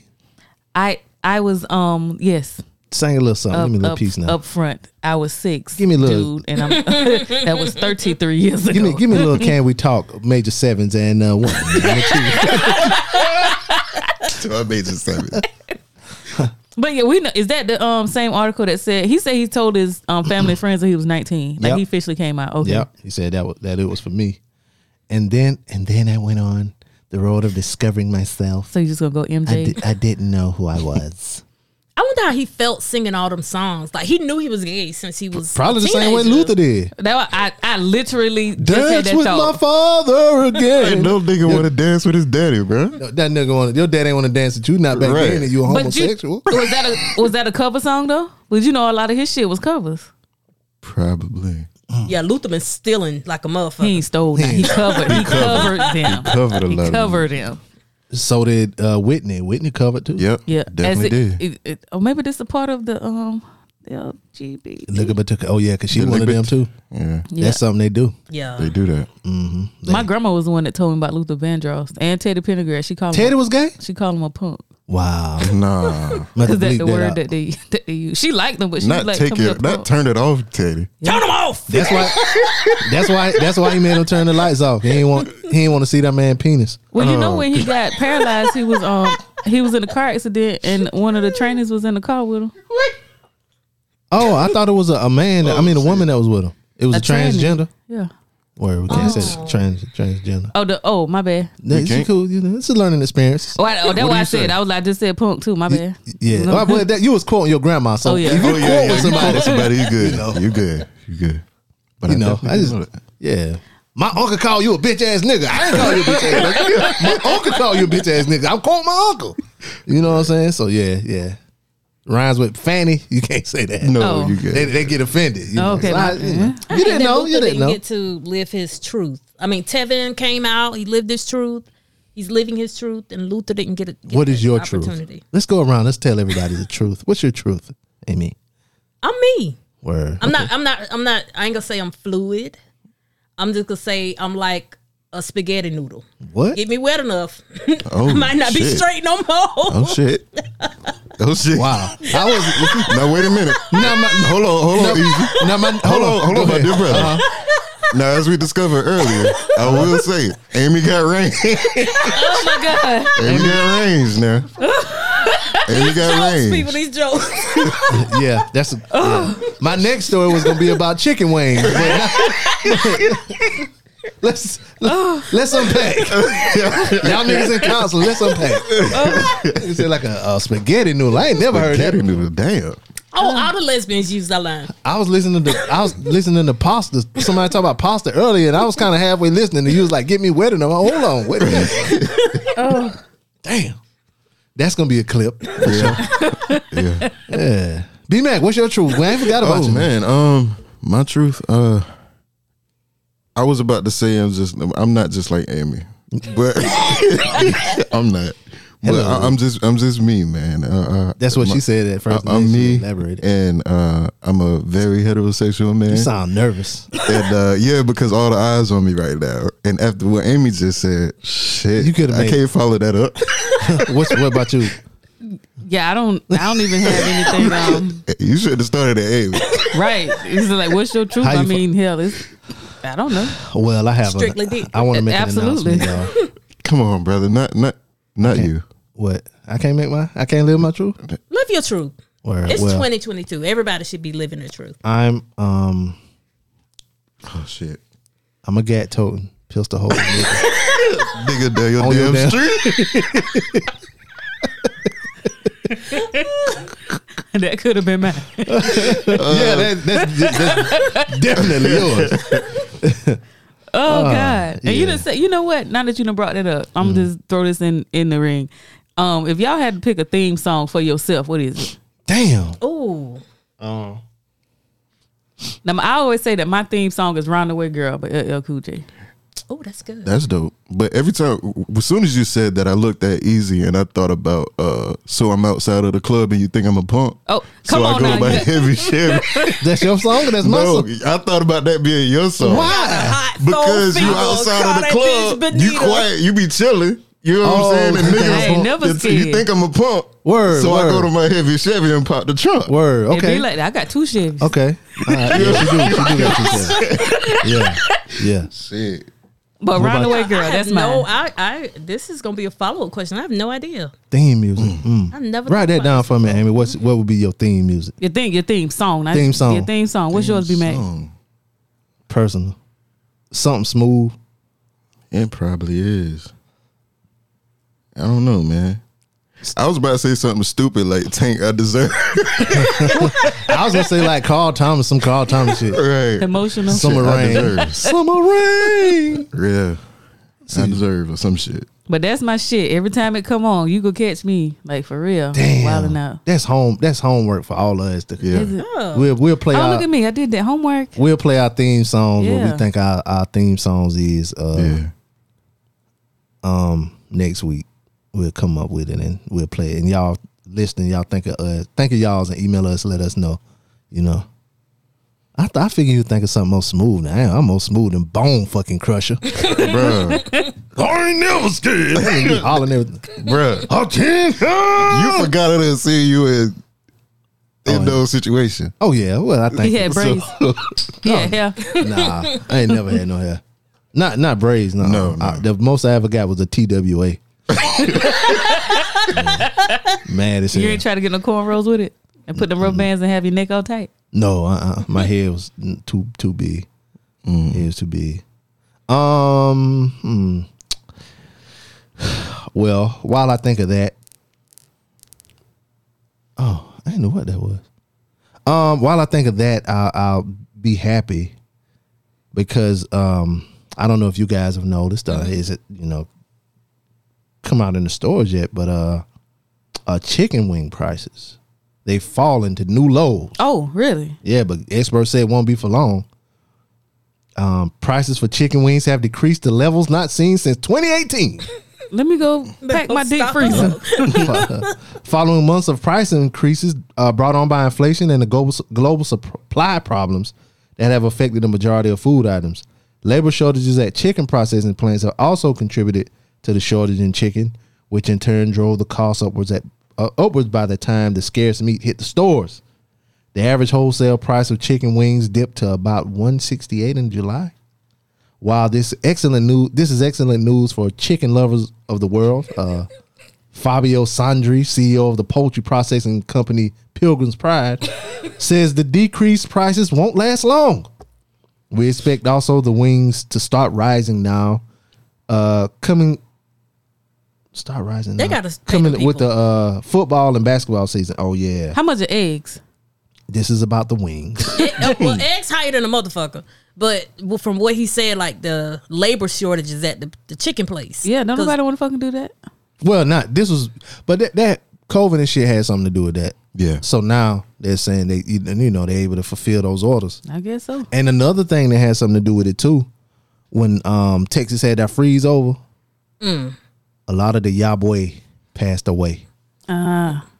I I was um yes
Sing a little something.
up
Give me a little
up,
piece now.
up front. I was six.
Give me a little-
dude, and I'm, that was 33 years ago.
Give me, give me a little. Can we talk? Major sevens and uh, one.
So I made just seven.
But yeah, we know is that the um same article that said he said he told his um family and friends that he was 19. Like
Yep.
he officially came out. Okay.
Yep. He said that was, that it was for me. And then and then I went on the road of discovering myself.
So you just gonna go MJ?
I, di- I didn't know who I was.
I wonder how he felt singing all them songs. Like he knew he was gay since he was
Probably
a
the same way
teenager.
Luther did.
That was, I I literally just had
Dance
that
with
thought.
my father again.
Ain't no nigga want to dance with his daddy, bro.
That nigga want your dad ain't want to dance with you. Not back
Right.
then, and you a
But you,
homosexual.
was that a was that a cover song though? But you know a lot of his shit was covers.
Probably
Yeah, Luther been stealing like a
He
motherfucker.
ain't stole that. He covered. He covered them.
covered a lot.
He
of
covered them.
so did uh, Whitney. Whitney covered too.
it. Yep.
Yeah.
Definitely
As it,
did.
It, it, or maybe this is a part of the um the LGBT.
Look at took. Oh yeah, cause she
Yeah,
one of
nigga,
them too.
Yeah.
Yeah.
That's something they do.
They
Yeah,
do that.
My grandma was the one that told me about Luther Vandross and Teddy Pendergrass. She called
Teddy
him,
was gay.
she called him a punk.
Wow.
Nah.
Must
Is
have
that
bleeped
the
that
word
out.
that they that they use? She liked them, but she was
not
like,
take
"Come here,
it. Not
punk."
turn it off, Teddy.
turn him off.
That's why. That's why. That's why he made him turn the lights off. He ain't want. He ain't want to see that man penis.
Well, you know when he got paralyzed, he was um he was in a car accident, and one of the trainers was in the car with him.
Oh, I thought it was a, a man. That, I
Oh,
mean, a woman that was with him. It was a,
A tranny.
transgender.
Yeah.
Word, we can't say that. Trans transgender.
Oh the oh my bad.
No, it's
can't-
cool. You know, it's a learning experience.
Oh, I, oh that's
What
what
do
I
you
said.
say?
I was like, I just said punk too. My bad.
Yeah, well, but that, you was quoting your grandma. So
Oh, yeah.
if you
Oh,
quote
yeah, yeah.
with
You
somebody,
caught somebody. You good. You good. You good. But
you know,
definitely
I just
know that.
yeah. My uncle called you a bitch ass nigga. I ain't call you a bitch ass nigga. My uncle called you a bitch ass nigga. I'm quoting my uncle. You know what I'm saying? So yeah, yeah. Rhymes with Fanny. You can't say that.
No,
Oh.
you good.
They, they get offended. You know?
Okay,
So I-
my-
you, know. You didn't
that
know.
Luther
You didn't
didn't
know.
get to live his truth. I mean, Tevin came out. He lived his truth. He's living his truth, and Luther didn't get it.
What is your truth? Let's go around. Let's tell everybody the truth. What's your truth, Amy?
I'm me.
Word.
I'm not. I'm not. I'm not. I ain't gonna say I'm fluid. I'm just gonna say I'm like a spaghetti noodle.
What?
Get me wet enough.
Oh,
Might not be
shit.
straight no more.
Oh shit. Oh shit.
Wow. I was.
Now wait a minute.
Now my,
Hold on. Hold on. Easy.
now my,
Hold on, hold
Go
on, my
ahead. Uh-huh.
dear brother. Now, as we discovered earlier, I will say, Amy got range.
Oh my god.
Amy got range now. Amy got
Jokes, people,
range.
these jokes.
Yeah, that's yeah. my next story was gonna be about chicken wings. But now- let's let's unpack. Y'all niggas in council, let's unpack. You said like a, a spaghetti noodle. I ain't never heard
Spaghetti
that.
noodle, damn.
Oh, all the lesbians use that line.
I was listening to I was listening to pasta. Somebody talked about pasta earlier, and I was kind of halfway listening. And you was like, "Get me wet enough." Hold on, wait a minute. Damn, that's gonna be a clip.
Yeah. yeah.
Yeah. B Mac, what's your truth? We ain't forgot about
Oh
you.
man, um, my truth, uh, I was about to say I'm just I'm not just like Amy, but I'm not. But
Hello.
I, I'm just I'm just me, man. Uh, uh,
That's what
my-
she said at first.
I,
and then
am
she
me,
Elaborated.
and uh, I'm a very heterosexual man.
You sound nervous.
and uh, yeah, because all the eyes on me right now. And after what Amy just said, shit,
You could've
I
made-
can't follow that up.
What's what about you?
Yeah, I don't I don't even have anything um
you should have started at Amy.
right. He's like, What's your truth?
How you
I
fu-
mean, hell, it's I don't know.
Well, I have.
Strictly dick.
I want to make
Absolutely.
an announcement. y'all.
Come on, brother. Not not Not you.
What? I can't make my. I can't live my truth.
Live your truth.
Word.
It's
Uh, Well,
2022. Everybody should be living the truth.
I'm um.
Oh shit.
I'm a gat toting pistol holding nigga.
Nigga down your
On your damn-
damn street.
that could have been mine.
yeah, that, that's, that's definitely yours.
Oh God! And
yeah.
you done say, you know what? Now that you done brought that up, I'm just throw this in in the ring. Um, if y'all had to pick a theme song for yourself, what is it?
Damn.
Ooh.
Now I always say that my theme song is "Round the Way Girl" by LL Cool J.
Oh, that's good.
That's dope. But every time, as soon as you said that, I looked at Easy and I thought about, uh, so I'm outside of the club and you think I'm a punk.
Oh,
so
come
I
on
go
now.
by Heavy Chevy.
That's your song or that's my
no,
song?
I thought about that being your song.
Why?
Hot soul
Because you
fever,
outside
call
of the
that
club,
bitch
you
Bonita.
quiet, you be chilling. You know what
Oh,
I'm saying? And
okay.
niggas,
I
ain't never
you,
scared.
you think I'm a punk.
Word,
So I
word.
go to my Heavy Chevy and pop the trunk.
Word.
It
Okay.
be like that. I got two Chevys.
okay. All right. Yeah, she do. She do that. She said. Yeah. Yeah.
Shit.
But "Round the
about-
Way Girl"
I
that's
have no,
mine.
I, I, this is gonna be a follow up question. I have no idea.
Theme music. Mm.
I never
Write
thought
that
about
down
this
for me, Amy. What's what would be your theme music?
Your theme, your theme song. not-
Theme song.
Your theme song. What's yours be made?
Personal. Something smooth.
It probably is. I don't know, man. I was about to say something stupid like Tank I deserve.
I was gonna say like Carl Thomas, some Carl Thomas shit.
right.
Emotional.
Summer
I
rain.
deserve.
Summer rain.
Yeah. I deserve or some shit.
But that's my shit. Every time it come on, you go catch me like for real.
Damn.
Wilding out.
That's home. That's homework for all of us. To,
Yeah.
Oh. Is it?
We'll we'll play
Oh,
our
look at me! I did that homework.
we'll play our theme songs. What
Yeah.
we think our, our theme songs is. Uh,
Yeah.
next week. We'll come up with it and we'll play it. And y'all listening, y'all think of us, think of y'all's and email us, let us know. You know, I th- I figure you think of something more smooth. Now I'm more smooth than Bone Fucking Crusher.
Bruh.
I ain't never scared. hollering everything.
Bruh.
I can't.
You forgot I didn't see you in in
yeah.
those situations.
Oh yeah, well I think
He had braids. Yeah, yeah.
nah, I ain't never had no hair. Not not braids. No,
No, no.
I- the most I ever got was a TWA. Mad as hell.
You ain't try to get no cornrows with it and put them rubber
Mm-hmm.
bands and have your neck all tight.
No, uh, uh my head was n- too too big. It was too big. Um, hmm. well, while I think of that, oh, I didn't know what that was. Um, while I think of that, I'll, I'll be happy because um, I don't know if you guys have noticed. Uh, is it you know come out in the stores yet? But uh, uh, chicken wing prices they fallen to new lows.
Oh, really?
Yeah, but experts say it won't be for long. Um, prices for chicken wings have decreased to levels not seen since 2018.
Let me go pack my deep
stop.
freezer.
Following months of price increases uh, brought on by inflation and the global, global supply problems that have affected the majority of food items, labor shortages at chicken processing plants have also contributed to the shortage in chicken, which in turn drove the cost upwards at uh, upwards by the time the scarce meat hit the stores. The average wholesale price of chicken wings dipped to about 168 in July. While this excellent news, this is excellent news for chicken lovers of the world. Uh, Fabio Sandri, CEO of the poultry processing company Pilgrim's Pride, says the decreased prices won't last long. We expect also the wings to start rising now. Uh, coming, start rising.
They
now.
gotta pay
coming
the
with the
people.
uh, football and basketball season. Oh yeah,
How much are eggs?
this is about the wings.
Uh, well, eggs higher than a motherfucker. But well, from what he said, like the labor shortages at the, the chicken place.
Yeah, don't
'Cause
nobody want to fucking do that.
Well, not this was, but that, that COVID and shit had something to do with that.
Yeah.
So now they're saying they, you know, they're able to fulfill those orders.
I guess so.
And another thing that had something to do with it too, when um Texas had that freeze over, a lot of the Yahweh passed away.
My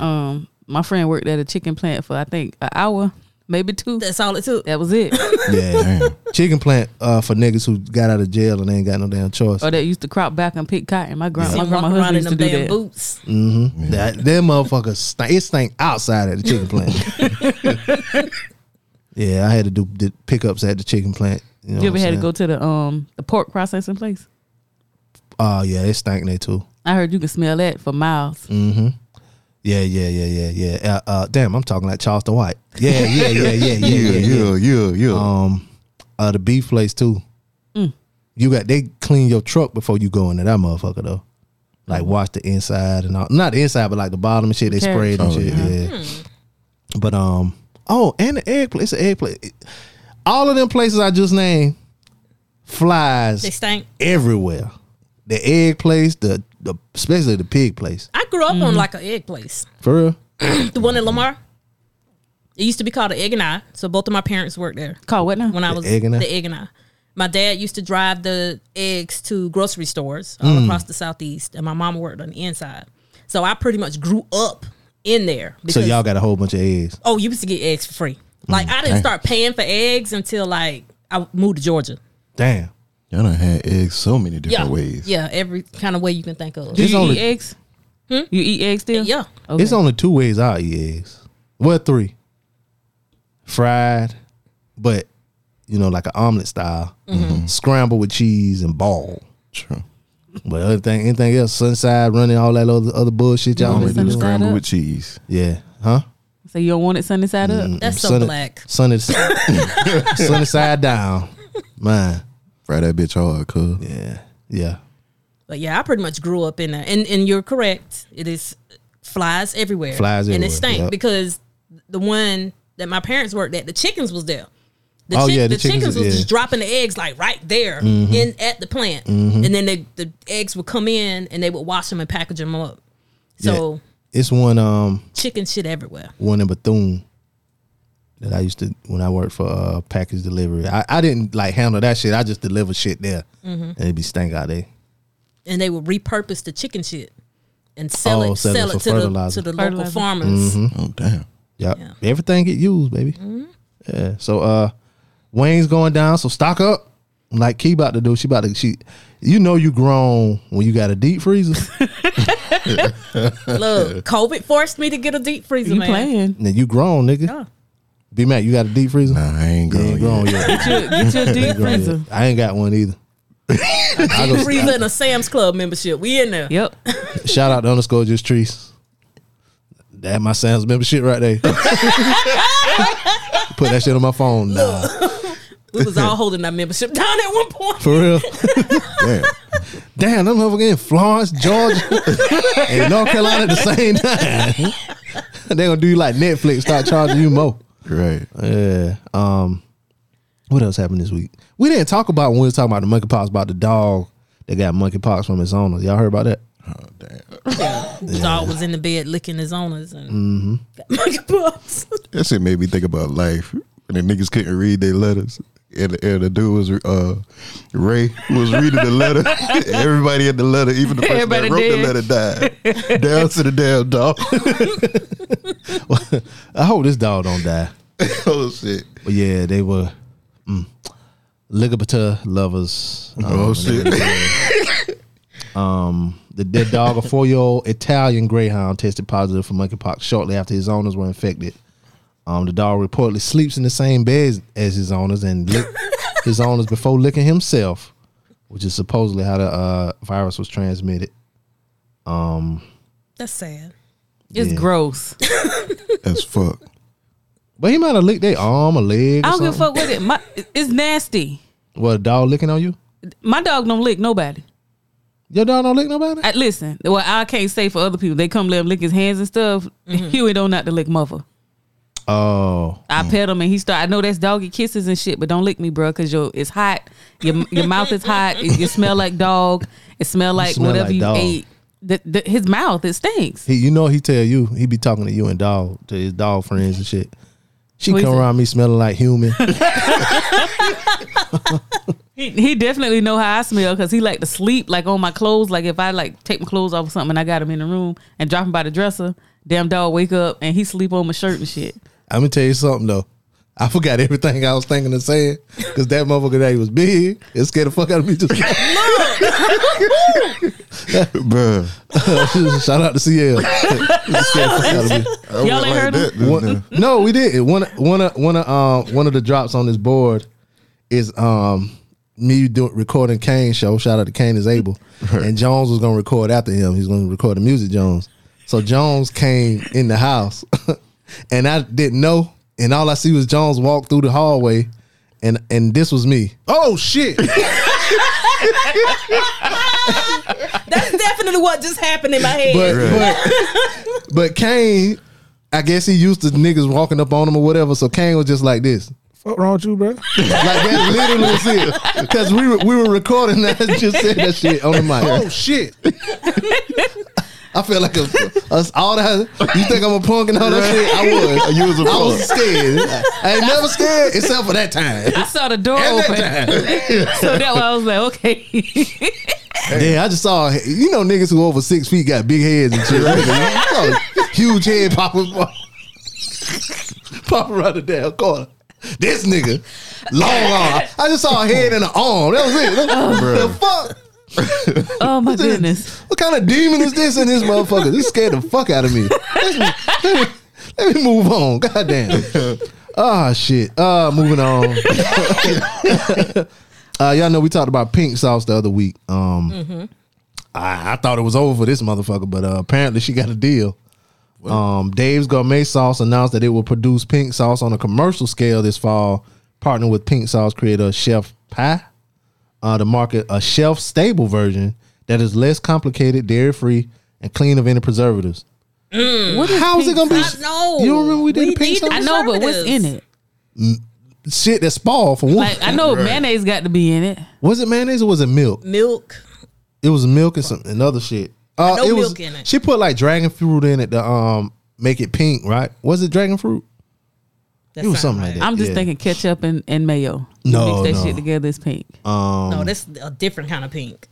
um, my friend worked at a chicken plant for I think an hour, maybe two.
That's all it took.
that was it.
Yeah. Chicken plant uh, for niggas who got out of jail and ain't got no damn choice.
or that used to crop back and pick cotton. My grand, my
Walking
grandma
around in
husband used to
them
do
damn
that.
boots.
Mm-hmm. That them motherfuckers stank, it stank outside at the chicken plant. yeah, I had to do the pickups at the chicken plant. You, know
You
what
ever
I'm
had to
saying?
go to the um the pork processing place?
Oh yeah, they stank they too.
I heard you can smell that for miles.
Yeah, yeah, yeah, yeah, yeah. Uh, uh, damn, I'm talking like Charleston White. Yeah, yeah, yeah, yeah, yeah,
Yeah,
yeah, yeah.
yeah, yeah, yeah.
Um, uh, the beef place too. You got they clean your truck before you go into that motherfucker though. Like wash the inside and all, not the inside, but like the bottom and shit. They
Okay.
sprayed and shit. Oh, Yeah. But um, oh, and the egg place, the egg place. All of them places I just named flies
They stink.
everywhere. The egg place, the the especially the pig place.
I grew up
Mm-hmm.
on like an egg place.
For real.
The one in Lamar. It used to be called the Egg and I. So both of my parents worked there
Call what now?
when I was
Egg and I?
the Egg and I. My dad used to drive the eggs to grocery stores all
Mm.
across the southeast, and my mom worked on the inside. So I pretty much grew up in there.
So y'all got a whole bunch of eggs.
oh, you used to get eggs for free. Like
Mm,
I didn't start paying for eggs until like I moved to Georgia.
Damn.
Y'all done had eggs so many
Yeah,
different ways.
yeah, every kind of way you can think of.
Do
It's
you
only-
eat eggs? You eat eggs still?
Yeah,
Okay.
It's only two ways I eat eggs. Well, three. Fried, but you know, like an omelet style, scrambled with cheese and ball.
True.
But other thing, anything else, sunside running, all that other, other bullshit y'all
I'm
be
Omelet
gonna
doing.
do
sunny side
scramble
up.
with cheese.
Yeah, huh?
So you don't want it sunny side up?
that's so
Sunny-
black.
Sunny, sunny side down. Mine.
Fry that bitch hard, cuz.
Yeah, yeah.
But yeah, I pretty much grew up in there. And and you're correct. It is flies everywhere.
Flies
And
everywhere,
it stank
yep.
because the one that my parents worked at, the chickens was there. The,
Oh, yeah,
the,
the
chickens, was
chickens, yeah. Mm-hmm.
just dropping the eggs like right there in at the plant, and then they, the eggs would come in and they would wash them and package them up. So
It's one um
chicken shit everywhere.
one in Bethune that I used to when I worked for uh, package delivery. I, I didn't like handle that shit. I just delivered shit there,
Mm-hmm.
and it'd be stank out there.
and they would repurpose the chicken shit and sell
Oh,
it,
sell
sell,
it
it,
for
to the
fertilizer. Mm-hmm.
to the local
Fertilizer.
farmers.
Oh, damn.
Yep.
Yeah. Mm-hmm.
everything get used, baby. Yeah. So uh, Wayne's going down. So stock up. Like Key about to do. She about to she. You know you grown when you got a deep freezer.
Look, COVID forced me to get a deep freezer.
You
man.
playing?
now you grown nigga.
Yeah.
B Mac, you got a deep freezer.
Nah, I ain't
You
grown,
ain't grown
yet.
yet.
Get your, get your deep
Grown yet.
freezer.
I ain't got one either. I
Deep
go-
freezer and a Sam's Club membership. We in there.
Yep.
Shout out to underscore just trees. That my Sam's membership right there. Put that shit on my phone. Nah,
We was all holding our membership down at one point.
for real.
Damn.
Damn, them motherfuckers in Florence, Georgia, and North Carolina at the same time. they gonna do you like Netflix, start charging you more.
Right.
Yeah. Um. What else happened this week? We didn't talk about when we was talking about the monkeypox about the dog that got monkeypox from his owner. Y'all heard about that?
Oh, damn.
The dog was in the bed licking his owners and
Mm-hmm.
got monkeypox.
That shit made me think about life. When the niggas couldn't read their letters. And, and the dude was uh Ray was reading the letter. Everybody in the letter, even the person
Everybody
that wrote
dead.
the letter, died. Down to the damn dog.
I hope this dog don't die.
oh shit!
But yeah, they were mm, ligabator lovers. Um,
Oh shit!
The dead dog, a four year old Italian greyhound, tested positive for monkeypox shortly after his owners were infected. Um, the dog reportedly sleeps in the same bed as his owners and lick his owners before licking himself, which is supposedly how the uh, virus was transmitted.
That's sad.
It's
Yeah.
gross.
As fuck.
But he might have licked their arm or leg. Or
I don't give a
something.
fuck with it. My, it's nasty.
What a dog licking on you?
My dog don't lick nobody.
Your dog don't lick nobody.
I, listen, well, I can't say for other people. They come let him lick his hands and stuff. Huey don't not to lick mother.
oh,
I pet him and he start. I know that's doggy kisses and shit, but don't lick me, bro, because your it's hot. Your your mouth is hot. It, you smell like dog. It smell like
smell
whatever
like
you
dog.
ate. The, the, his mouth it stinks.
he, you know he tell you he be talking to you and dog to his dog friends and shit. She
What he
come
say?
around me smelling like human.
He, he definitely know how I smell because he like to sleep like on my clothes. Like if I like take my clothes off or something, and I got him in the room and drop him by the dresser. Damn dog wake up and he sleep on my shirt and shit.
I'm gonna tell you something though. I forgot everything I was thinking of saying because that motherfucker that he was big, it scared the fuck out of me. Just
Bruh.
shout out to CL. It scared the fuck out of me.
I
Y'all
went
ain't heard
that,
One- uh, no, we did. One one of one of um one of the drops on this board is um me doing recording Kane show. Shout out to Kane is able, and Jones was gonna record after him. He's gonna record the music Jones. So Jones came in the house, and I didn't know. And all I see was Jones walk through the hallway, and and this was me. Oh shit!
That's definitely what just happened in my head.
But but but Kane, I guess he used to niggas walking up on him or whatever. So Kane was just like this.
Fuck wrong with you, bro?
Like that literally was it. Because we were, we were recording that and just said that shit on the mic. Oh shit. I feel like a, us all that. You think I'm a punk and all that shit? I was.
You was a
I was
punk.
scared. I ain't never scared except for that time.
I saw the door
Oh,
At
open,
that time.
so that why I was like, okay.
Yeah, I just saw. You know, niggas who over six feet got big heads and shit. I saw a huge head popping, popping around the damn corner. This nigga, long arm. I just saw a head and an arm. That was it. What the fuck?
oh my
What is-
goodness.
What kind of demon is this in this motherfucker? This scared the fuck out of me. Let me, let me, let me move on. Goddamn. Ah shit. Uh moving on. uh y'all know we talked about pink sauce the other week. Um
Mm-hmm.
I, I thought it was over for this motherfucker, but uh, apparently she got a deal. Um Dave's Gourmet Sauce announced that it will produce pink sauce on a commercial scale this fall, partnering with pink sauce creator Chef Pie uh, to market a shelf stable version that is less complicated, dairy free, and clean of any preservatives.
What is
How is it
pink
gonna be?
I know.
You don't remember we did the pink
need
sauce?
the
Mm. I know, but what's in
preservatives.
it?
Shit that's spoiled for one.
Like I know mayonnaise got to be in it.
was it mayonnaise or was it milk?
Milk.
It was milk and some and other shit. Uh,
know
it was.
milk in it.
She put like dragon fruit in it to um make it pink, right? Was it dragon fruit?
That
it was
sound
something like
right.
that.
I'm just
yeah.
thinking ketchup and, and mayo.
No,
mix that
no.
shit together is pink.
no, that's a different kind of pink.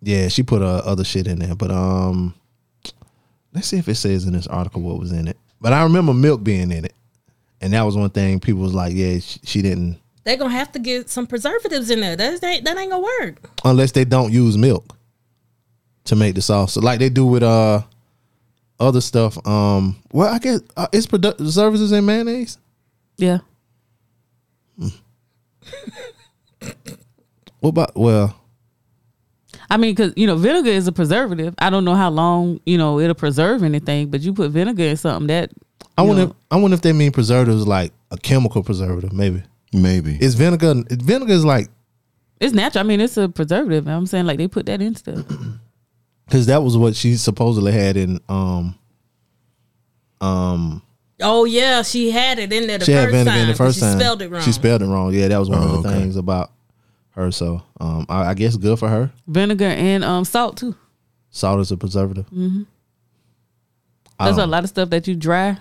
Yeah, she put uh, other shit in there, but um, let's see if it says in this article what was in it. But I remember milk being in it, and that was one thing people was like, yeah, she, she didn't
They're gonna have to get some preservatives in there. That ain't that ain't gonna work.
unless they don't use milk to make the sauce. So like they do with uh other stuff. Um, well, I guess uh, it's produ- services and mayonnaise.
yeah.
What about well,
I mean, because you know, vinegar is a preservative. I don't know how long you know it'll preserve anything, but you put vinegar in something that
I
you
wonder.
know,
If, I wonder if they mean preservatives like a chemical preservative. Maybe
Maybe.
is vinegar. Vinegar is like
it's natural. I mean, it's a preservative. I'm saying like they put that in stuff.
because that was what she supposedly had in um
Oh yeah, she had it in there the
she had
first
vinegar
time.
in the
but
first
she
time.
spelled it wrong.
She spelled it wrong. Yeah, that was one
Oh,
of the
okay.
things about her. So um, I, I guess good for her.
Vinegar and um salt too.
Salt is a preservative. Oh.
There's a lot of stuff that you dry,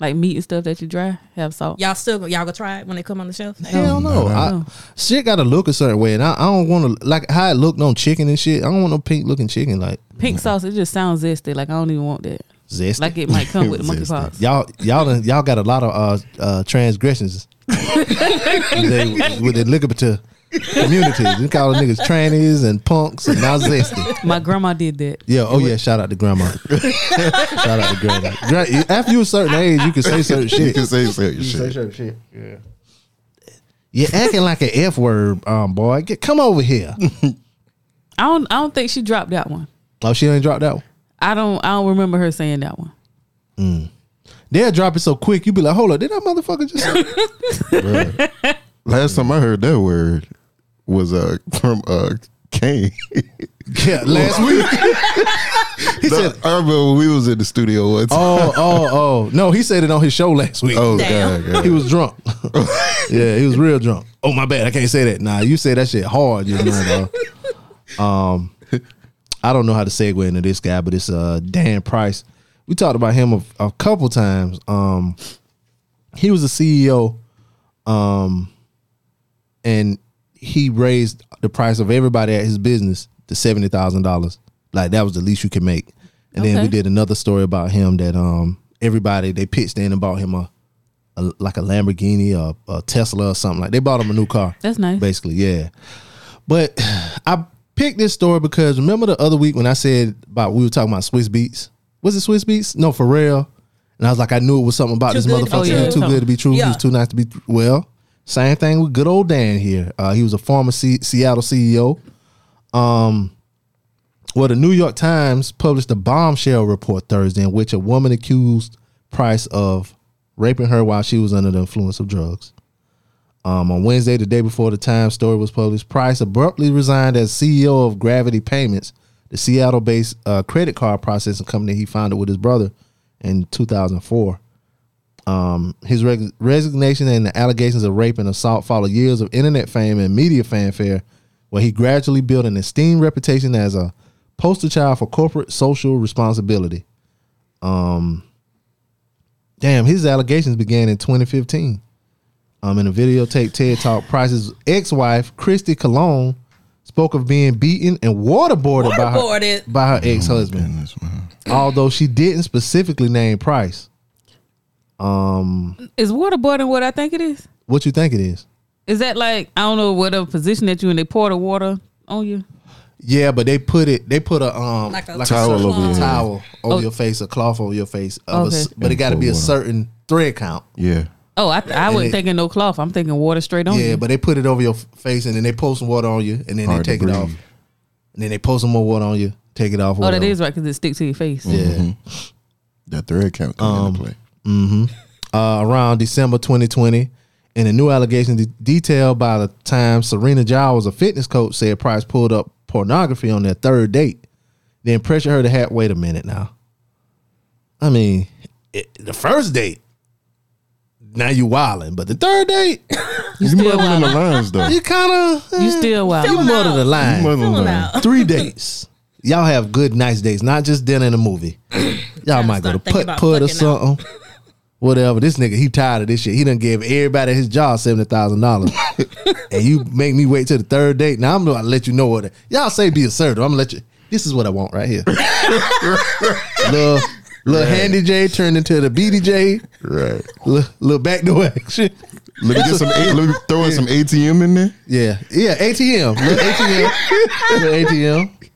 like meat and stuff that you dry have salt.
y'all still go- y'all gonna try it when they come on the shelf?
Hell no. I, shit got to look a certain way, and I, I don't want to like how it looked on chicken and shit. I don't want no pink looking chicken like
Pink sauce, it just sounds zesty. Like I don't even want that.
zesty.
Like it might come with the
Zesty.
monkeypox.
y'all y'all done- y'all got a lot of uh, uh, transgressions they, with the ligature community. We call them niggas trannies and punks and now zesty.
My grandma did that.
Yeah, oh yeah, shout out to grandma. shout out to grandma. Gra- After you a certain age, you can say certain
You
shit.
can say certain
Say
shit.
certain shit. Yeah. You're acting like an F word, um, boy. Get, come over here.
I don't. I don't think she dropped that one.
Oh, she didn't drop that one.
I don't. I don't remember her saying that one.
They'll drop it so quick, you be like, hold up, did that motherfucker just.
Bruh. Last time I heard that word was uh from uh Kane.
yeah, last week. he
No,
said,
I remember when we was in the studio once. Oh,
oh, oh, oh. No, he said it on his show last week.
god, god.
He was drunk. yeah, he was real drunk. uh, Oh my bad, I can't say that. Nah, you say that shit hard. You know, dog. um, I don't know how to segue into this guy, but it's uh Dan Price. We talked about him a, a couple times. Um, he was a CEO, um, and he raised the price of everybody at his business to seventy thousand dollars. Like that was the least you could make. And then we
Okay.
did another story about him that um everybody they pitched in and bought him a a, like a Lamborghini or a Tesla or something like. They bought him a new car.
That's nice.
Basically, yeah. But I picked this story because remember the other week when I said about we were talking about Swiss Beats. Was it Swiss Beats? No, Pharrell. And I was like, I knew it was something about
Too
this
good to be
motherfucker.
true.
He was too good to be true. He
Yeah.
was too nice to be well. Same thing with good old Dan here. Uh, he was a former C- Seattle CEO. Um, well, the New York Times published a bombshell report Thursday in which a woman accused Price of raping her while she was under the influence of drugs. Um, on Wednesday, the day before the Times story was published, Price abruptly resigned as CEO of Gravity Payments, the Seattle based uh, credit card processing company he founded with his brother in 2004. Um, his reg- resignation and the allegations of rape and assault followed years of internet fame and media fanfare, where he gradually built an esteemed reputation as a poster child for corporate social responsibility. Um, damn, his allegations began in 2015. Um, in a videotape TED Talk, Price's ex-wife Christy Cologne spoke of being beaten and waterboarded,
Waterboarded.
by her by her ex-husband
Oh Goodness, man.
although she didn't specifically name price.
Is waterboarding what I think it is?
What you think it is?
Is that like I don't know what a position that you and they pour the water on you?
Yeah, but they put it. They put a um
Like a
Towel
certain
over your head.
towel over your face, a cloth over your face. Of a s-
Oh. Okay.
but it got to be a
And pour
certain thread count.
Yeah.
Oh, I, I wasn't
it-
thinking no cloth. I'm thinking water straight on
Yeah,
you.
but they put it over your f- face and then they pour some water on you and then
Hard to
they take it
breathe.
off and then they pour some more water on you, take it off.
oh, that
whatever.
is right because it sticks to your face.
Yeah.
Mm-hmm. That thread count come
Um,
into play.
uh, around December 2020. In a new allegation de- detailed by the time Serena Giles, a fitness coach, said Price pulled up pornography on their third date, then pressured her to have. Wait a minute now. I mean, it, the first date, now you wilding, but the third date,
You,
still
muddling the lines though.
you kind of
You still
you
wild.
mother the
You
line.
muddling the
Filling
lines.
out.
Three dates. Y'all have good, nice dates, not just dinner and a movie. Y'all might go to
start thinking
putt
about
putt or
fucking out.
something. Whatever. This nigga, he tired of this shit. He done gave everybody at his job seventy thousand dollars, and you make me wait till the third date. Now I'm gonna let you know what. Y'all say be assertive. I'm gonna let you. This is what I want right here. little little handy J turned into the BDJ.
Right.
Little, little backdoor action.
Let me get some. A- let me throw in some ATM in there.
Yeah, yeah. ATM. Little ATM. little ATM.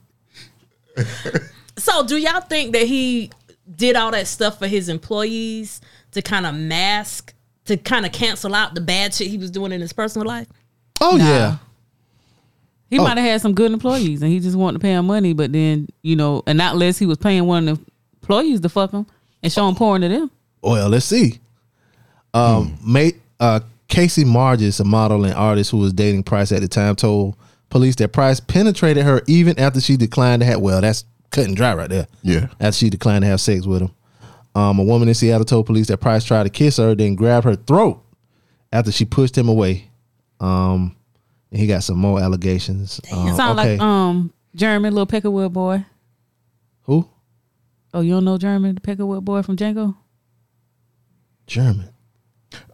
So, do y'all think that he did all that stuff for his employees to kind of mask, to kind of cancel out the bad shit he was doing in his personal life?
Oh yeah. Oh.
He might have had some good employees and he just wanted to pay him money, but then you know, and not unless he was paying one of the employees to fuck him and showing porn to them.
Well, let's see. Um, mate, uh, Casey Margis, a model and artist who was dating Price at the time, told police that Price penetrated her even after she declined to have. Well, that's cut and dry right there.
Yeah.
After she declined to have sex with him, um, a woman in Seattle told police that Price tried to kiss her, then grabbed her throat after she pushed him away. Um, and he got some more allegations. Um,
Sound
okay.
like um German, little Peckerwood boy.
who?
Oh, you don't know German, the Peckerwood boy from Django?
German.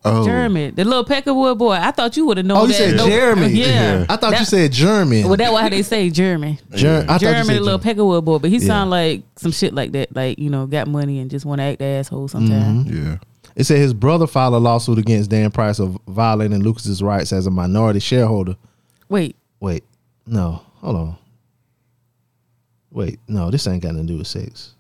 Oh,
Jeremy, the little Peckerwood boy. I thought you would have known.
Oh, you
that.
said
No-
Jeremy.
Yeah.
I thought you
That-
said German.
Well, that's why they say Jeremy.
Jer- I thought you
Jeremy,
said
the little
German.
Peckerwood boy, but he sound like some shit like that. Like you know, got money and just want to act the asshole
Mm-hmm.
sometimes.
Yeah.
It said his brother filed a lawsuit against Dan Price of violating Lucas's rights as a minority shareholder.
Wait,
Wait, no, hold on. Wait, no, this ain't got nothing to do with sex.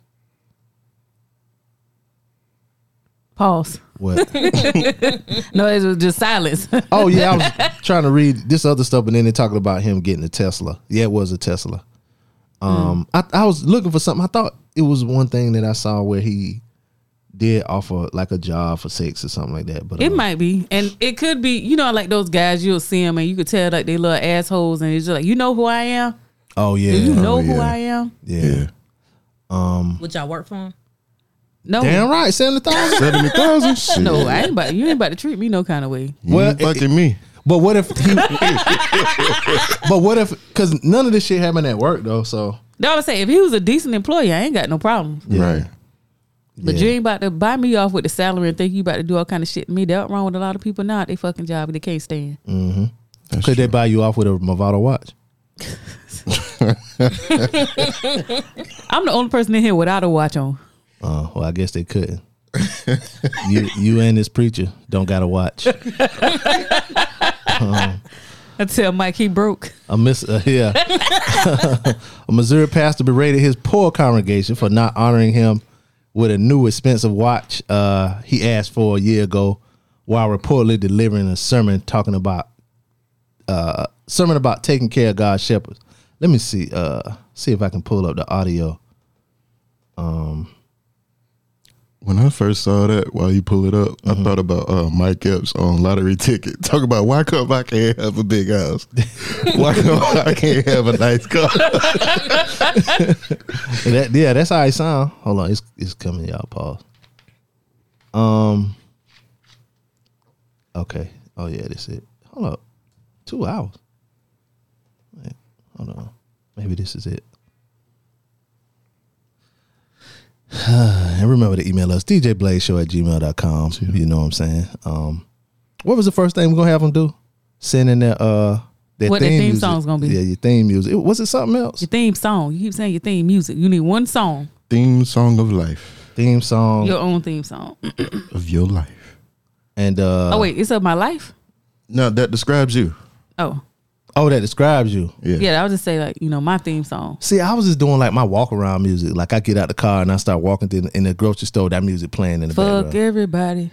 pause.
What?
No, it was just silence.
oh yeah, I was trying to read this other stuff, and then they're talking about him getting a Tesla. Yeah, it was a Tesla. Um,
Hmm.
I, I was looking for something. I thought it was one thing that I saw where he did offer like a job for sex or something like that. But
it
uh,
might be, and it could be. You know, like those guys, you'll see them and you could tell like they little assholes, and it's just like you know who I am.
Oh yeah,
Do you know who
yeah.
I am?
yeah.
Would y'all work for him?
No,
Damn right, seventy thousand.
Seventy thousand. Shit.
no, I ain't about. You ain't about to treat me no kind of way.
You
Well,
ain't fucking me.
But what if he? but what if? Because none of this shit happened at work though. So
No, I would say if he was a decent employee, I ain't got no problem.
Right.
But
Yeah.
you ain't about to buy me off with the salary and think you about to do all kind of shit to me. That's wrong with a lot of people now. at They fucking job they can't stand.
That's
could
true.
they buy you off with a Movado watch?
I'm the only person in here without a watch on.
Uh, well, I guess they couldn't. you you and this preacher don't got to watch.
I tell Mike he broke.
A miss, uh, yeah. a Missouri pastor berated his poor congregation for not honoring him with a new expensive watch uh, he asked for a year ago while reportedly delivering a sermon talking about uh sermon about taking care of God's shepherds. Let me see uh see if I can pull up the audio.
When I first saw that, while you pull it up,
Mm-hmm.
I thought about uh, Mike Epps on lottery ticket. Talk about why come I can't have a big house? why come I can't have a nice car?
And that- yeah, that's how it sound. Hold on, it's it's coming, y'all. Pause. Um. Okay. Oh yeah, that's it. Hold up, two hours. Wait, hold on, maybe this is it. and remember to email us djbladeshow at gmail.com. You know what I'm saying? Um, what was the first thing we're gonna have them do? Send in their uh their
What their theme
music.
song's gonna be.
Yeah, your theme music. It- was it something else?
Your theme song. You keep saying your theme music. You need one song.
Theme song of life
theme song
Your own theme song.
of your life.
and uh
oh wait, it's of my life.
No, that describes you.
Oh
oh that describes you.
Yeah.
yeah, I'll just say like you know my theme song.
See, I was just doing like my walk around music. Like I get out the car and I start walking through in the grocery store. That music playing in the
Fuck
background.
everybody.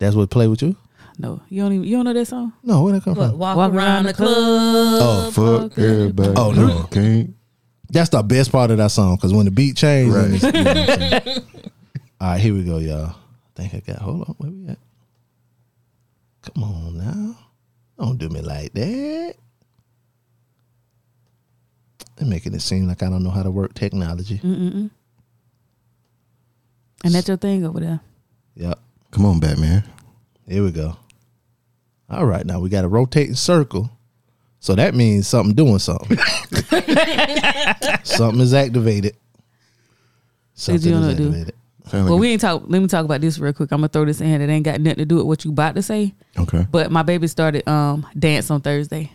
That's what play with you.
No, you don't even you don't know that song.
No, where that come from?
Walk, around the club.
Oh,
Fuck everybody.
Oh, no.
Okay.
that's the best part of that song because when the beat changed.
Right.
when it's- you know what I'm saying? All right, here we go, y'all. I think I got. Hold on, where we at? Come on now, don't do me like that. They're making it seem like I don't know how to work technology.
And that's your thing over there.
Yep.
Come on, Batman.
Here we go. All right, now we got a rotating circle. So that means something doing something. something is activated. Something
you
is
don't do.
activated.
Sound like
Well,
a-
we ain't talk. Let me talk about this real quick. I'm gonna throw this in. It ain't got nothing to do with what you about to say.
okay.
But my baby started um dance on Thursday.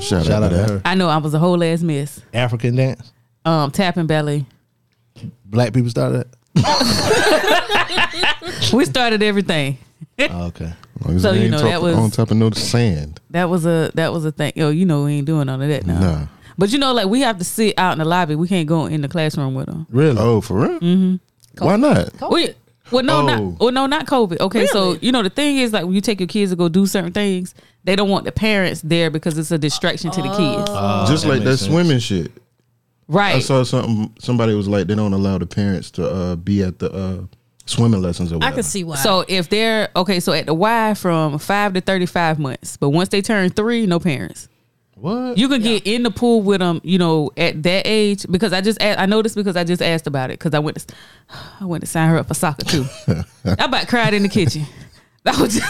Shout,
Shout
out to that.
her.
I know I was a whole ass mess.
African dance.
Um, tapping ballet.
Black people started
We started everything.
that? Oh, okay.
As long as
So,
we
you
ain't
know, that
top-
was-
on top of no sand.
That was a that was a thing. Yo, you know we ain't doing none of that now.
Nah.
But you know, like we have to sit out in the lobby. We can't go in the classroom with them.
Really?
Oh, for real? Mm-hmm. Why not?
We, well, no,
Oh.
not well, no, not COVID. Okay, so
Really?
you know the thing is, like when you take your kids to go do certain things, they don't want the parents there because it's a distraction to the kids,
Just
Ah, that
like that
makes sense.
swimming shit. I
right?
saw something. Somebody was like, they don't allow the parents to uh, be at the uh, swimming lessons or
I
whatever.
can see why.
So if they're okay, so at the Y from five to thirty-five months, but once they turn three, no parents.
What?
You can get in the pool with them, you know, at that age because I just a- I noticed because I just asked about it because I went to I went to sign her up for soccer too. I about cried in the kitchen. That was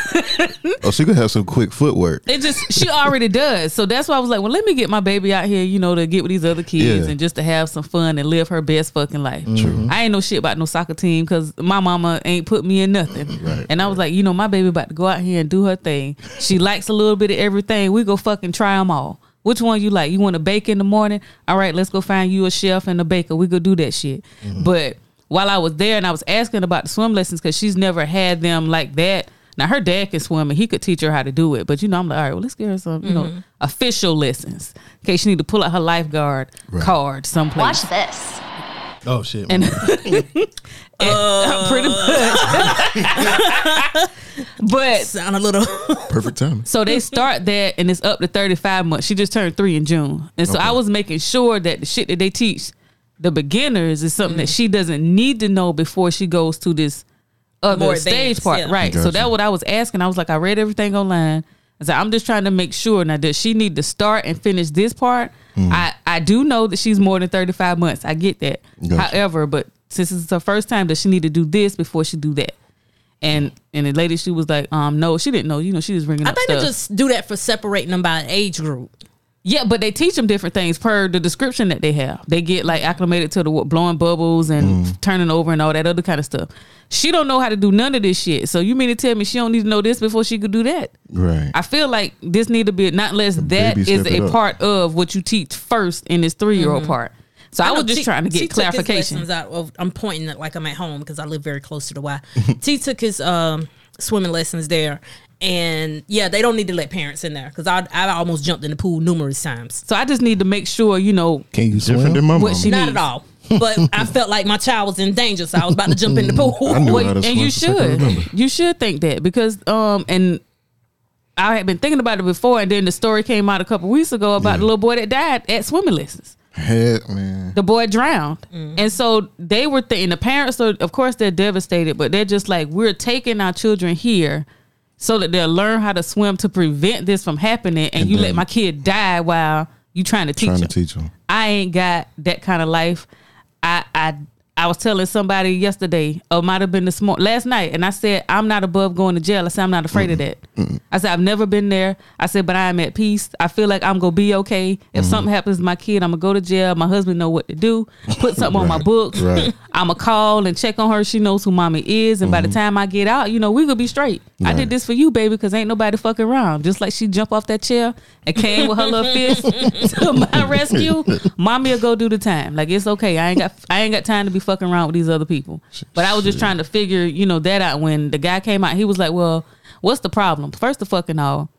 Oh, she could have some quick footwork.
it. Just she already does, so that's why I was like, well, let me get my baby out here, you know, to get with these other kids
Yeah.
and just to have some fun and live her best fucking life. I ain't no shit about no soccer team because my mama ain't put me in nothing. and I was like, you know, my baby about to go out here and do her thing. She likes a little bit of everything. We go fucking try them all. Which one you like? You want to bake in the morning? All right, let's go find you a chef and a baker. We go do that shit. But while I was there and I was asking about the swim lessons because she's never had them like that. Now her dad can swim and he could teach her how to do it, but you know I'm like, all right, well let's give her some, you know, official lessons in case she need to pull out her lifeguard card someplace.
Watch this.
Oh shit.
And- pretty much. but
sound a little.
Perfect timing.
so they start that and it's up to 35 months. She just turned three in June. And so I was making sure that the shit that they teach the beginners is something
Mm.
that she doesn't need to know before she goes to this other
More
stage
advanced,
part.
yeah.
Right. So
Gotcha.
that's what I was asking. I was like, I read everything online. I said, I'm just trying to make sure now does she need to start and finish this part?
Mm.
I, I do know that she's more than 35 months. I get that.
Gotcha.
However, but since it's her first time, does she need to do this before she do that? And and the lady, she was like, um, no, she didn't know. You know, she was bringing
I
up
think
stuff.
they just do that for separating them by age group.
Yeah, but they teach them different things per the description that they have. They get like acclimated to the wa- blowing bubbles and
Mm.
turning over and all that other kind of stuff. She don't know how to do none of this shit. So you mean to tell me she don't need to know this before she could do that?
Right.
I feel like this need to be not less that
baby
is
step it
a
up.
part of what you teach first in this three year old part. So I, was
Mm-hmm. know
just
T-
trying to
T
get
took his
clarification.
lessons out of- I'm pointing it like I'm at home because I live very close to the Y. T took his um, swimming lessons there, and yeah, they don't need to let parents in there because I I almost jumped in the pool numerous times.
So I just need to make sure you know
Can you
Different
swim?
than my mom.
What she-
Not
needs.
at all. but I felt like my child was in danger, so I was about to jump in the pool.
I knew how
Well,
to
and
swim
you
since I can
should.
remember.
You should think that because um and I had been thinking about it before, and then the story came out a couple weeks ago about the little boy that died at swimming lessons.
Heck, man.
The boy drowned, and so they were thinking the parents are, of course, they're devastated, but they're just like we're taking our children here so that they'll learn how to swim to prevent this from happening, and,
And
you
then-
let my kid die while you trying to teach
Trying
him.
to teach them.
I ain't got that kind of life. I I I was telling somebody yesterday, or might have been this morning, last night, and I said I'm not above going to jail. I said I'm not afraid of that. I said I've never been there. I said, but I am at peace. I feel like I'm gonna be okay. If
Mm-hmm.
something happens to my kid, I'm gonna go to jail. My husband know what to do. Put something on my
Right,
books.
right.
I'm gonna call and check on her. She knows who mommy is, and by the time I get out, you know we could be straight. I
Mm-hmm. Right.
did this for you, baby, because ain't nobody fucking around. Just like she jumped off that chair and came with her little fist to my rescue, mommy'll go do the time. Like it's okay. I ain't got I ain't got time to be fucking around with these other people. But I was just trying to figure, you know, that out. When the guy came out, he was like, "Well, what's the problem? First of fucking all,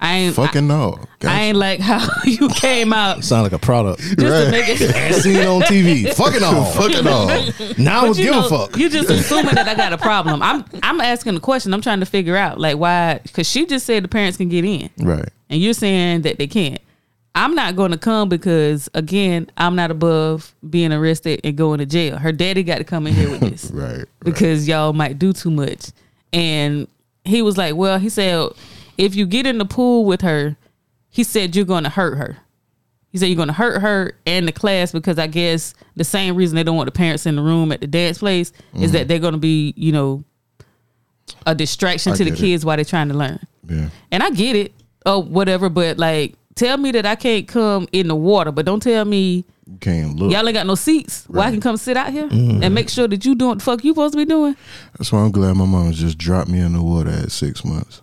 I ain't
Fucking no.
I, I ain't like how you came out."
Sound like a product.
Just to
Right.
make it
Seen on TV. Fucking all.
Fucking all.
Now I was
you
give
know,
a fuck.
You just assuming that I got a problem. I'm I'm asking a question. I'm trying to figure out like why because she just said the parents can get in,
Right.
and you're saying that they can't. I'm not going to come because again, I'm not above being arrested and going to jail. Her daddy got to come in here with this
Right.
because y'all might do too much. And he was like, well, he said if you get in the pool with her, he said you're going to hurt her. He said you're going to hurt her and the class because I guess the same reason they don't want the parents in the room at the dance place
Mm-hmm.
is that they're going to be, you know, a distraction
I
to the
get it.
kids while they're trying to learn.
Yeah.
And I get it or whatever, but like tell me that I can't come in the water, but don't tell me
You can't look.
y'all ain't got no seats where I can come sit out here
Mm.
and make sure that you doing the fuck you supposed to be doing.
That's why I'm glad my mom just dropped me in the water at six months.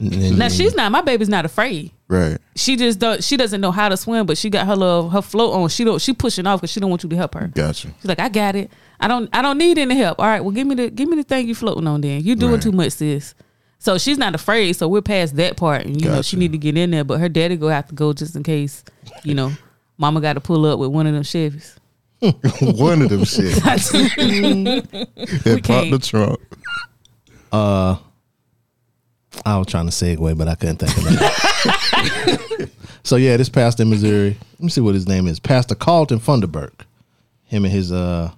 Now she's not. My baby's not afraid.
Right.
She just don't. She doesn't know how to swim, but she got her little her float on. She don't. She pushing off because she don't want you to help her.
Gotcha.
She's like, I got it. I don't. I don't need any help. All right. Well, give me the give me the thing you floating on. Then you doing
Right.
too much, sis. So she's not afraid. So we're past that part, and you know
Gotcha.
she need to get in there. But her daddy go have to go just in case. You know, mama got to pull up with one of them Chevys.
One of them shit. It popped the
can't.
trunk.
I was trying to segue, but I couldn't think of it. so yeah, this pastor in Missouri. Let me see what his name is. Pastor Carlton Funderburg. Him and his uh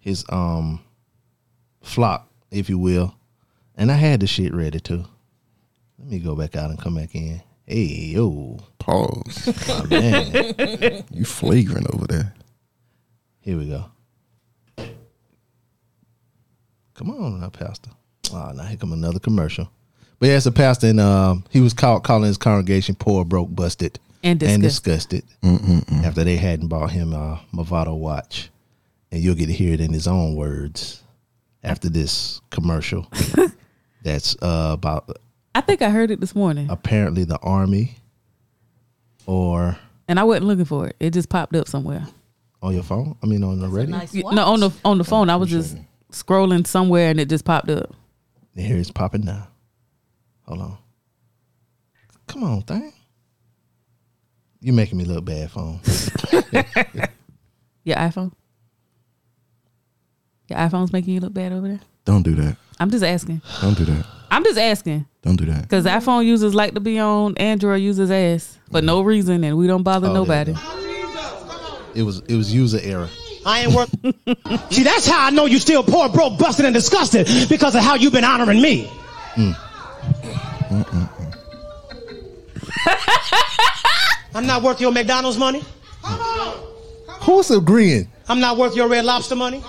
his um flock, if you will. And I had the shit ready too. Let me go back out and come back in. Hey yo,
Pause.
my man.
You flagrant over there.
Here we go. Come on now, Pastor. Oh, now here come another commercial. But yeah, it's a pastor, and um, he was called calling his congregation poor, broke, busted,
And
disgusted after they hadn't bought him a Movado watch. And you'll get to hear it in his own words after this commercial. that's uh, about
I think I heard it this morning,
apparently the army or
and I wasn't looking for it. It just popped up somewhere.
on your phone. I mean, on the radio.
Nice
No, on the on the phone, I was just scrolling somewhere and it just popped up.
And here it's popping now. Hold on. Come on, thing. you making me look bad, phone.
Your iPhone. Your iPhone's making you look bad over there.
Don't do that.
I'm just asking.
Don't do that.
I'm just asking
Don't do that.
Mm-hmm.
because iPhone users like to be on Android users' ass for no reason, and we don't bother
Oh, there
nobody.
you it was it was user error.
I ain't worth. See, that's how I know you still poor, broke, busted, and disgusted because of how you've been honoring me. I'm not worth your McDonald's money.
Who's agreeing?
I'm not worth your Red Lobster money.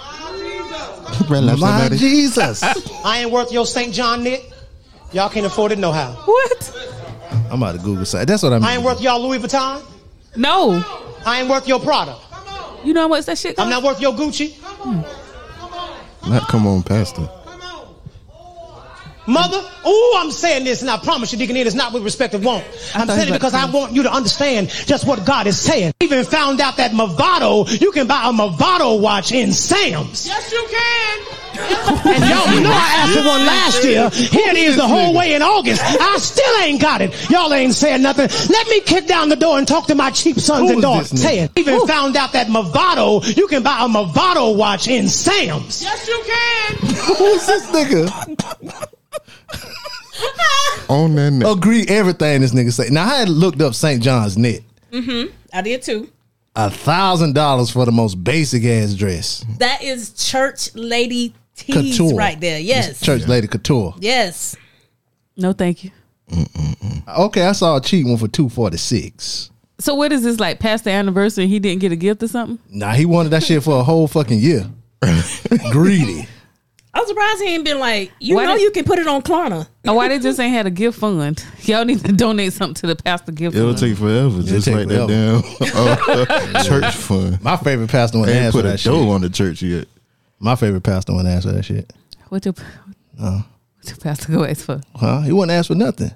My Jesus.
I ain't worth your St. John Nick. Y'all can't afford it no how.
What?
I'm about to Google side. That's what I mean.
I ain't worth y'all Louis Vuitton.
No,
I ain't worth your Prada.
you know how much that shit.
I'm
Costs?
not worth your Gucci.
Not come on, Pastor.
Mother, oh, I'm saying this, and I promise you, Deacon, it is not with respect of want.
thought
I'm saying
he
it
was
because
about
I
to
want you to understand just what God is saying. I even found out that Movado, you can buy a Movado watch in Sam's. Yes, you can. Y'all know I asked for one last year. Here it is the whole way in August. I still ain't got it. Y'all ain't saying nothing. Let me kick down the door and talk to my cheap
Who
sons and
is
daughters.
this nigga?
Say it. Even found out that Movado, you can buy a Movado watch in Sam's.
Who's this nigga?
On that
Oh,
neck.
Agree everything this nigga say. Now I had looked up St. John's net.
I did too.
A thousand dollars for the most basic ass dress.
That is church lady tees
Couture.
right there. Yes.
Church lady couture.
Yes.
No, thank you.
Okay, I saw a cheap one for two forty six.
So what is this like? Past the anniversary, and he didn't get a gift or something?
Nah, he wanted that shit for a whole fucking year. Greedy.
I'm surprised he ain't been like, you
Why
know
did-
you can put it on Klarna.
Or why they just ain't had a gift fund? Y'all need to donate something to the pastor gift
It'll
fund.
take forever. Just
take
like that damn uh, church fund.
My favorite pastor went
Ain't
asked for
put a
that shit.
dough on the church yet.
My favorite pastor went asked for that shit.
what your
Uh.
what your pastor go ask for?
Huh? He wouldn't ask for nothing.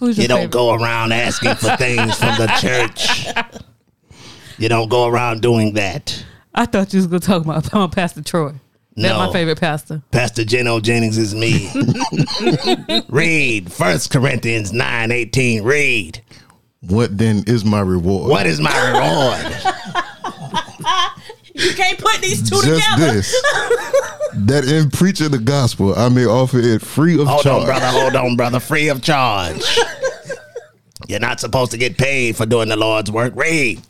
Who's your
You don't
favorite?
go around asking for things from the church. You don't go around doing that.
I thought you was gonna talk about my pastor Troy. That's
No.
my favorite pastor.
Pastor Geno Jennings is me. Read 1 Corinthians 9 18. Read.
What then is my reward?
What is my reward?
You can't put these two
Just
together.
this. that in preaching the gospel, I may offer it free of
Hold on,
charge.
brother. Hold on, brother. Free of charge. You're not supposed to get paid for doing the Lord's work. Read.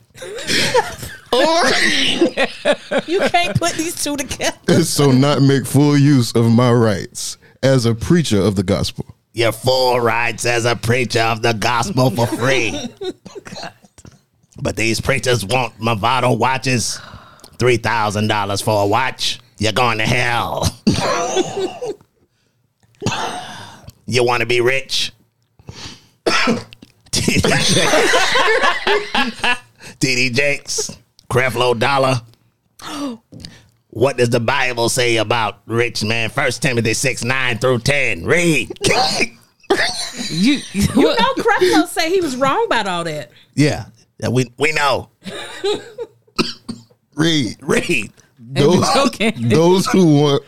You can't put these two together.
so not make full use of my rights as a preacher of the gospel.
Your full rights as a preacher of the gospel for free. But these preachers want Movado watches. $3,000 for a watch. You're going to hell. you want to be rich? TD Jakes, Creflo Dollar. What does the Bible say about rich man? First Timothy 6 9 through 10. Read.
You,
You know, Creflo said he was wrong about all that.
Yeah.
Yeah, we we know.
Read.
Read.
Those,
joking.
those who want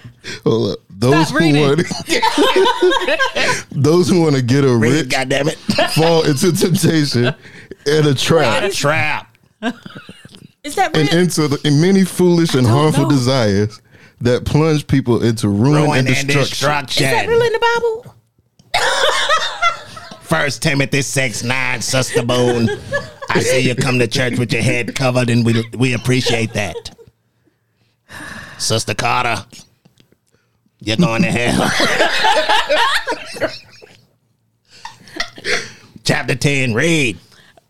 hold up. Those
Stop
who
reading.
want Those who want to get a
Read,
rich
goddamn it.
fall into temptation and a trap.
a trap.
Is that real?
and into the, and many foolish and
don't
harmful
know.
desires that plunge people into ruin,
Ruin
and
and
destruction.
Is that
destruction.
real in the Bible?
First Timothy 6 9, Sister Boone. I see you come to church with your head covered, and we we appreciate that. Sister Carter, you're going to hell. Chapter 10, read.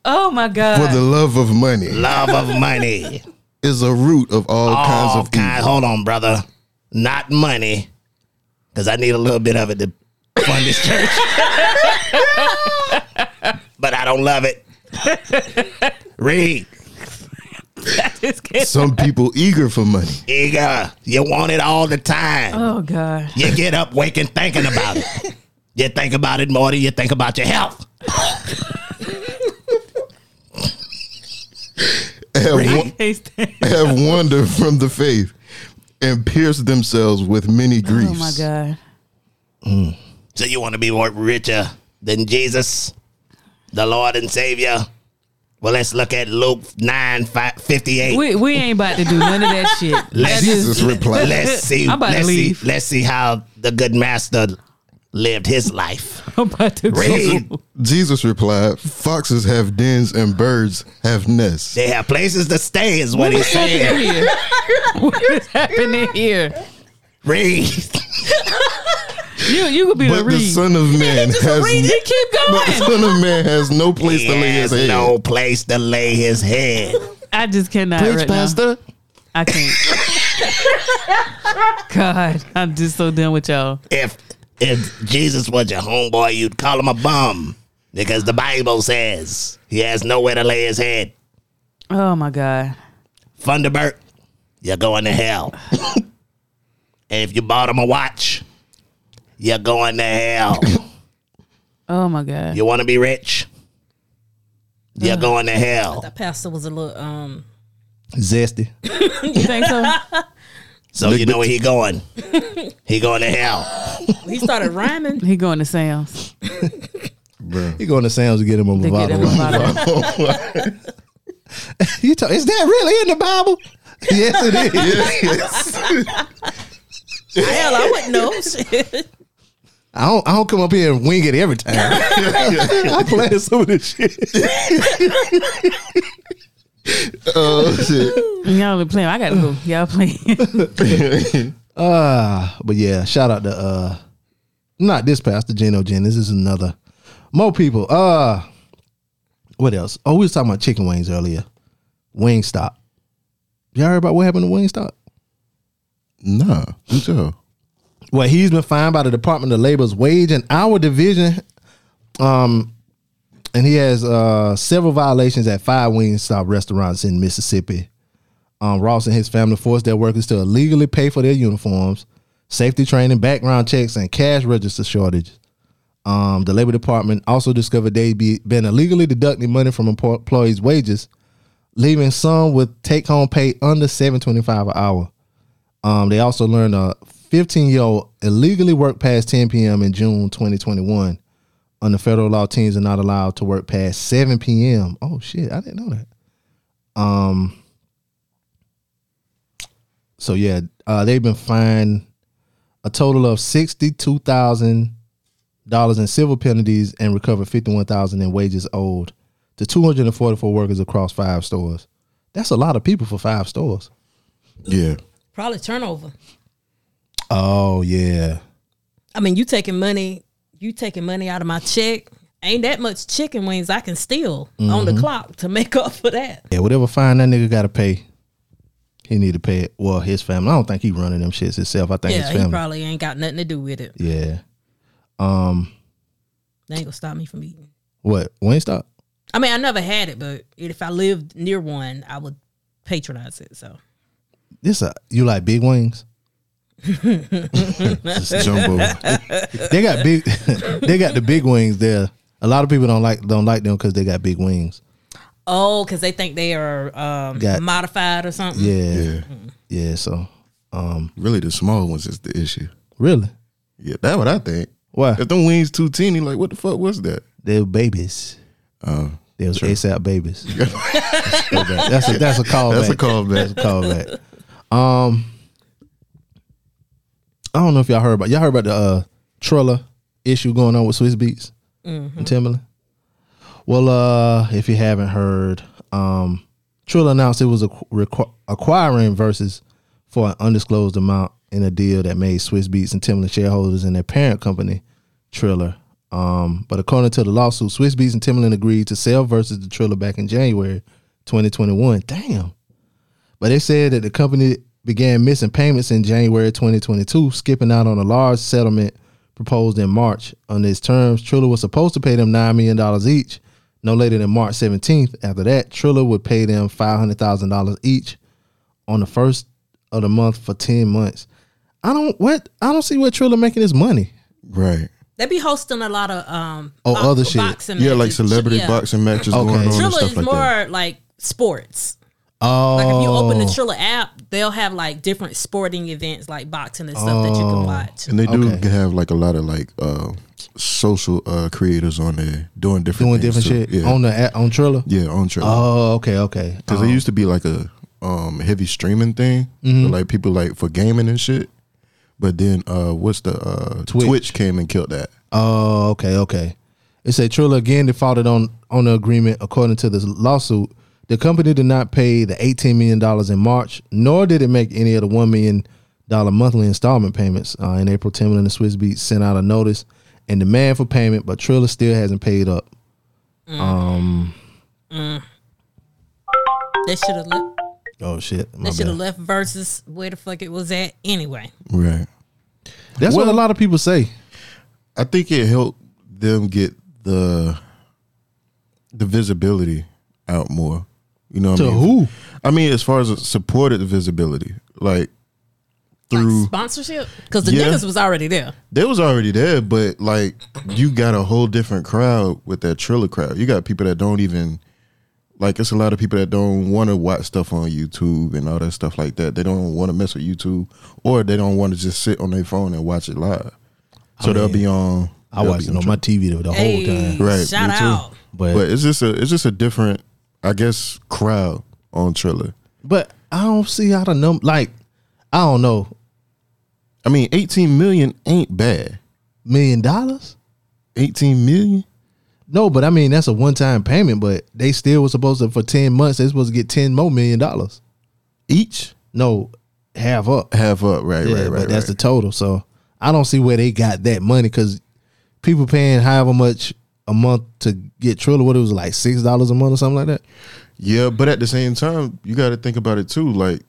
oh my
For
god!
the love of money
Love of money.
is a root of all, kinds
all
of evil.
Hold on, brother. Not money, because I need a little bit of it to fund this church. but I don't love it. Read,
Some people eager for money.
eager. You want it all the time.
oh god!
You get up waking thinking about it. You think about it more than you think about your health.
Have,
Read.
won- have wandered from the faith and pierced themselves with many griefs.
Oh my god!
So you want to be more richer than Jesus, the Lord and Savior? Well, let's look at Luke 9 fi- 58.
We we ain't about to do none of that shit.
Let's,
Jesus replied,
let's see.
I'm about to
let's
leave.
see. Let's see how the good master lived his life.
I'm about to
Read.
go.
Jesus replied, Foxes have dens and birds have nests.
They have places to stay, is what he said.
Here. What is happening here?
Read.
You you could be
But
the
the
read.
son of man has
you keep
but the
going.
son of man has no place
He
to lay his
has
head.
no place to lay his head.
I just cannot right now. I can't. God, I'm just so done with y'all.
If if Jesus was your homeboy, you'd call him a bum. Because the Bible says he has nowhere to lay his head.
Oh my god!
Thunderbird, you're going to hell. and if you bought him a watch, you're going to hell.
Oh my god!
You want to be rich? You're going to hell.
That pastor was a little um
Zesty.
You think so?
So you know where he going. he going to hell.
He started rhyming.
He going to Sam's.
He going to Sam's to get him a
They get him a
Movado.
bottle.
You talk, is that really in the Bible? yes, it is.
Hell, I wouldn't know. Shit.
I don't, I don't come up here and wing it every time. I'm playing some of this shit.
Oh shit!
Y'all been playing. I gotta go. Y'all playing.
Uh, but yeah, shout out to uh, not this pastor Geno Jennings. This is another more people. Uh, what else? Oh, we was talking about chicken wings earlier. Wingstop. Y'all heard about what happened to Wingstop?
Nah, who's y'all?
Well, he's been fined by the Department of Labor's wage and hour division. Um, and he has uh several violations at five Wingstop restaurants in Mississippi. Um, Ross and his family forced their workers to illegally pay for their uniforms, safety training, background checks, and cash register shortages. Um, the Labor Department also discovered they'd be, been illegally deducting money from empo- employees' wages, leaving some with take-home pay under seven twenty-five an hour. Um, they also learned a 15 year old illegally worked past 10 p.m. in June 2021. Under federal law, teens are not allowed to work past 7 p.m. Oh shit, I didn't know that. Um. So yeah, uh, they've been fined a total of sixty-two thousand dollars in civil penalties and recovered fifty-one thousand in wages owed to two hundred and forty-four workers across five stores. That's a lot of people for five stores.
Yeah,
Probably turnover.
Oh yeah.
I mean, you taking money, you taking money out of my check. Ain't that much chicken wings I can steal on
Mm-hmm.
the clock to make up for that.
Yeah, whatever fine that nigga gotta pay, he need to pay it. Well, his family. I don't think he running them shits himself. I think
yeah,
his
he
family.
probably ain't got nothing to do with it.
yeah. Um.
They ain't gonna stop me from eating.
What? Wingstop?
I mean, I never had it, but if I lived near one, I would patronize it. So
This a you like big wings?
it's jumbo.
They got big. they got the big wings there. A lot of people don't like don't like them because they got big wings.
Oh, because they think they are um,
Got-
modified or something.
Yeah.
yeah,
Yeah, So, um,
really, the small ones is the issue.
really,
Yeah, that's what I think.
why
If them wings too teeny, like what the fuck was that?
they were babies?
Oh,
They was ASAP babies. that's a that's a call.
that's a callback.
That's a callback. Um, I don't know if y'all heard about y'all heard about the uh, Triller issue going on with Swiss Beats and Timberland. Well, uh, if you haven't heard, um, Triller announced it was acqu- requ- acquiring verses for an undisclosed amount in a deal that made Swiss Beats and Timberland shareholders in their parent company, Triller. Um, but according to the lawsuit, Swiss Beats and Timberland agreed to sell verses to Triller back in January 2021. Damn. But they said that the company began missing payments in January 2022, skipping out on a large settlement proposed in March. On its terms, Triller was supposed to pay them $9 million each no later than March 17th. After that, Triller would pay them $500,000 each on the first of the month for 10 months. I don't what I don't see where Triller making his money.
Right.
They be hosting a lot of um
Oh,
box-
other shit.
boxing
Yeah, like
matches.
celebrity
Yeah.
boxing matches
Okay.
going on and
Triller
stuff
is
like
more
that.
like sports.
Oh,
Like if you open the Triller app, they'll have like different sporting events like boxing and stuff that you
Oh.
can watch.
And they do
Okay.
have like a lot of like uh, social uh, creators on there doing different
Oh, doing
things
different shit
too. Yeah.
on the a- on Triller.
yeah on Triller.
Oh, okay, okay.
Because it used to be like a um, heavy streaming thing,
Mm-hmm.
for, like people like for gaming and shit. But then uh, what's the uh,
Twitch.
Twitch. came and killed that.
Oh, okay, okay. It said Triller again defaulted on on the agreement according to this lawsuit. The company did not pay the eighteen million dollars in March, nor did it make any of the one million dollar monthly installment payments. Uh, in April, Timberland and Swiss Beats sent out a notice and demand for payment, but Triller still hasn't paid up.
They should have left.
Oh shit! my
They should have
bad.
left versus where the fuck it was at anyway.
Right.
That's what a lot of people say.
I think it helped them get the the visibility out more. You know what
To
I mean?
who?
I mean, as far as supported visibility, like through
Like sponsorship because the
Yeah.
niggas was already there.
they was already there, but like you got a whole different crowd with that Triller crowd. You got people that don't even like it's a lot of people that don't want to watch stuff on YouTube and all that stuff like that. They don't want to mess with YouTube, or they don't want to just sit on their phone and watch it live. So they'll be on.
I watched it on my TV the, the
Hey,
whole time.
Oh, Right,
shout
me too.
out.
But,
But,
but
it's just a it's just a different, I guess, crowd on Triller.
I don't see how the number like I don't know
I mean, eighteen million ain't bad.
million dollars.
Eighteen million.
No, but I mean that's a one time payment. But they still was supposed to for ten months. They supposed to get ten more million dollars each. No, half up.
Half up, right,
Yeah,
right, right.
but that's the
right.
total. So I don't see where they got that money because people paying however much a month to get Triller. What it was like six dollars a month or something like that.
yeah. But at the same time, you got to think about it too. Like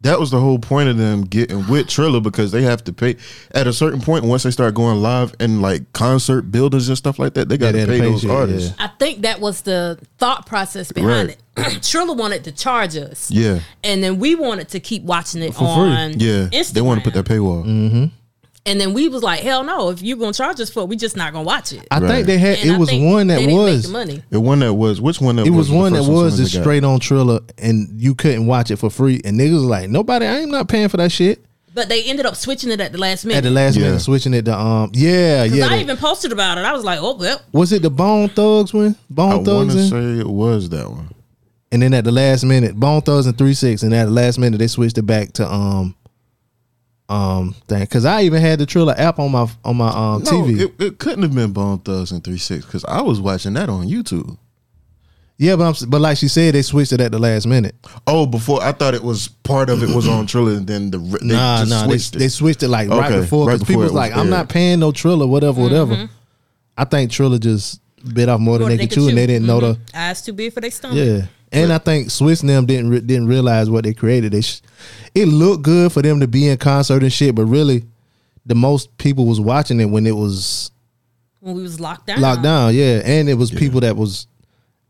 that was the whole point of them getting with Triller because they have to pay at a certain point. Once they start going live and like concert buildings and stuff like that, they got
they
to
had
pay
to pay
those
shit,
artists.
I think that was the thought process behind
Right.
it. Triller wanted to charge us.
Yeah,
And then we wanted to keep watching it
For free.
on
yeah.
Instagram.
They want to put that paywall.
Mm-hmm.
And then we was like, hell no, if you're gonna charge us for it, we just not gonna watch it.
I
Right.
think they had.
And
it
I
was
think
one
they
that
didn't make
was.
the money.
The one that was which one that
It was
the
one that
first
was
someone
just
got?
straight on Triller, and you couldn't watch it for free. And niggas was like, nobody, I am not paying for that shit.
But they ended up switching it at the last minute.
At the last
Yeah.
minute, switching it to um, yeah, yeah.
I
the-
even posted about it. I was like, oh well,
was it the Bone Thugs one?
I
Bone
want
Thugs,
to
and,
say it was that one.
and then at the last minute, Bone Thugs and Three Six, and at the last minute they switched it back to um, um thing. Because I even had the Triller app on my on my um TV.
It, it couldn't have been Bone Thugs and Three Six because I was watching that on YouTube.
yeah, but I'm, s- but like she said, they switched it at the last minute.
Oh, before I thought it was part of it was on Triller, and then the re- they
nah,
just
nah,
switched
they,
it.
they switched it like right
Okay,
before
right
because
before
people was
it was
like, "I'm
aired.
not paying no Triller, whatever, whatever." I think Triller just bit off Mm-hmm. more than they could chew, Mm-hmm. and they didn't know the
eyes too big for their stomach.
yeah. And I think Swiss and them didn't re- didn't realize what they created. They sh- it looked good for them to be in concert and shit, but really, the most people was watching it when it was
When we was locked down.
locked down. Yeah, and it was people that was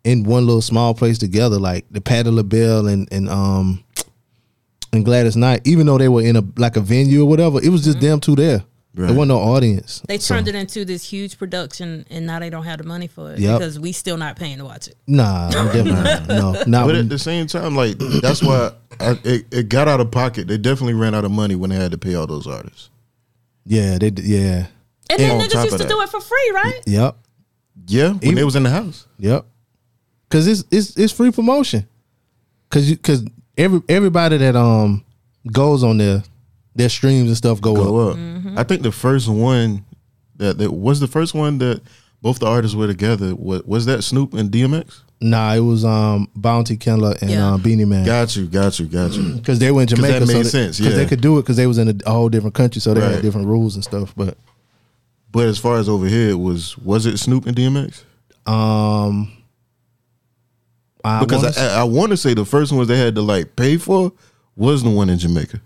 in one little small place together, like the Patti LaBelle and and um and Gladys Knight. Even though they were in a like a venue or whatever, it was just them two there.
Right.
There wasn't no audience.
Mm-hmm. They turned it into this huge production and now they don't have the money for it
Yep.
because we still not paying to watch it.
Nah, I'm definitely no, not
but
when-
at the same time, like that's why I, it, it got out of pocket. They definitely ran out of money when they had to pay all those artists.
yeah, they d- yeah,
And
On
then
top
niggas
of
used to
that.
do it for free, right?
yep,
Yeah, when
Even-
they was in the house.
yep. Cause it's it's it's free promotion. Cause you cause every everybody that um goes on their their streams and stuff go, up.
Go up. I think the first one that, that was the first one that both the artists were together. Was, was that Snoop and DMX?
Nah, it was um Bounty Killer and
Yeah.
uh, Beanie Man.
Got you, got you, got you.
because they were in
'Cause that
Jamaica. so
made
they,
sense,
'cause
yeah.
they could do it because they was in a, a whole different country, so they
Right.
had different rules and stuff. But
But as far as over here, it was was it Snoop and DMX?
um, I wanna
Because
s-
I, I, want to say the first ones they had to like pay for was the one in Jamaica.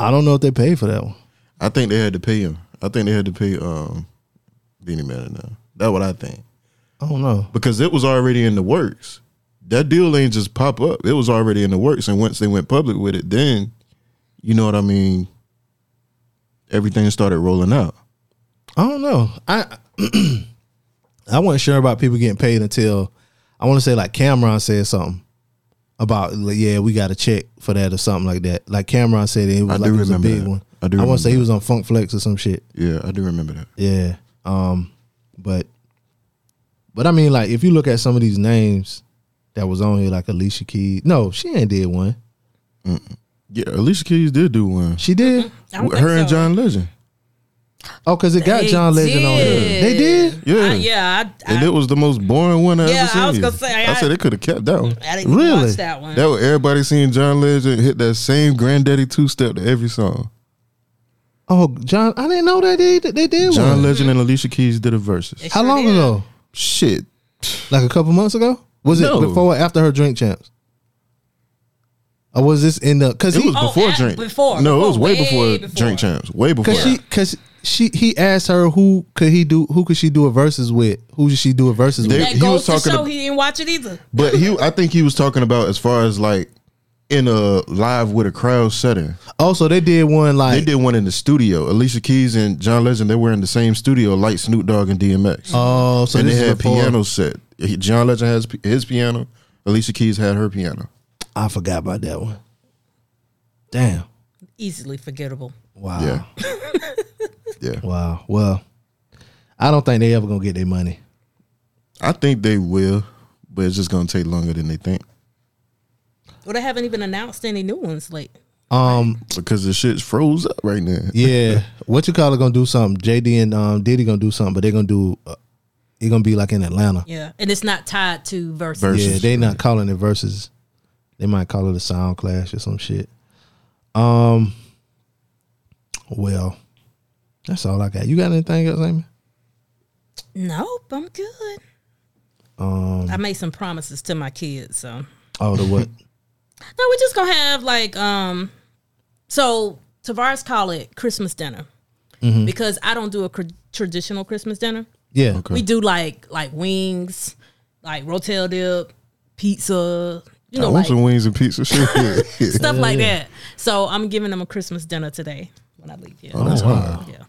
I, don't know if they paid for that one.
I think they had to pay him. I think they had to pay um, Beanie Man now. That's what I think
I don't know.
because it was already in the works. That deal ain't just pop up. It was already in the works, and once they went public with it, then you know what I mean. Everything started rolling out.
I don't know. I I wasn't sure about people getting paid until I want to say like Cameron said something about like, yeah we got a check for that or something like that. Like Cameron said it was
I
like
do
it was a
remember
big
that.
one.
I do
I want to say he
remember
was on Funk Flex or some shit.
Yeah, I do remember that.
Yeah. Um, but but I mean, like, if you look at some of these names that was on here, like Alicia Keys. No, she ain't did one.
Yeah, Alicia Keys did do one.
She did.
I don't
Her
think
and
so.
John Legend.
Oh, because it got
They
John Legend on here.
did.
They did.
Yeah,
I, yeah, I,
And
I,
it was the most boring one I
Yeah,
ever seen.
I was gonna say,
I,
I-
said they could have kept that one.
I didn't
Really?
watch that one.
That was everybody seeing John Legend hit that same granddaddy two step to every song.
Oh, John, I didn't know that they they did
John
one.
Legend and Alicia Keys did a verses.
Mm-hmm. It
How
sure
long
did.
ago?
Shit.
Like a couple months ago? Was
No.
it before or after her drink champs? Or was this in the cause
It
he, Oh,
was before
Oh, at-
drink.
before,
No, it
before,
was way,
way
before,
before.
Drink Champs. Way before.
cause she cause she he asked her who could he do who could she do a verses with? Who should she do a verses
They-
with?
That
He
goes
was
to
talking
show
ab-
he didn't watch it either.
But he I think he was talking about as far as like in a live with a crowd setting.
Also, they did one like
They did one in the studio. Alicia Keys and John Legend, they were in the same studio like Snoop Dogg and DMX.
Oh, so
and they
this is
had
before-
piano set. He- John Legend has p- his piano. Alicia Keys had her piano.
I forgot about that one. Damn.
Easily forgettable.
Wow.
Yeah. yeah.
Wow. Well, I don't think they ever gonna get their money.
I think they will, but it's just gonna take longer than they think
Well, they haven't even announced any new ones. Like,
Um.
because the shit's froze up right now.
Yeah. what you call it? Gonna do something? JD and um Diddy gonna do something, but they're gonna do. Uh, it's gonna be like in Atlanta.
yeah, and it's not tied to verses.
Verse.
Yeah,
Versus.
they not calling it versus. They might call it a sound clash or some shit. Um. Well, that's all I got. You got anything else, Amy?
Nope, I'm good.
Um,
I made some promises to my kids, so
Oh, the what?
no, we're just gonna have like um. So Tavares call it Christmas dinner
Mm-hmm.
because I don't do a cr- traditional Christmas dinner.
Yeah.
We do like like wings, like rotel dip, pizza. You
I
know,
want
like,
some wings and pizza. Shit.
stuff like that. So I'm giving them a Christmas dinner today when I leave here.
that's
So,
hard.
Yeah.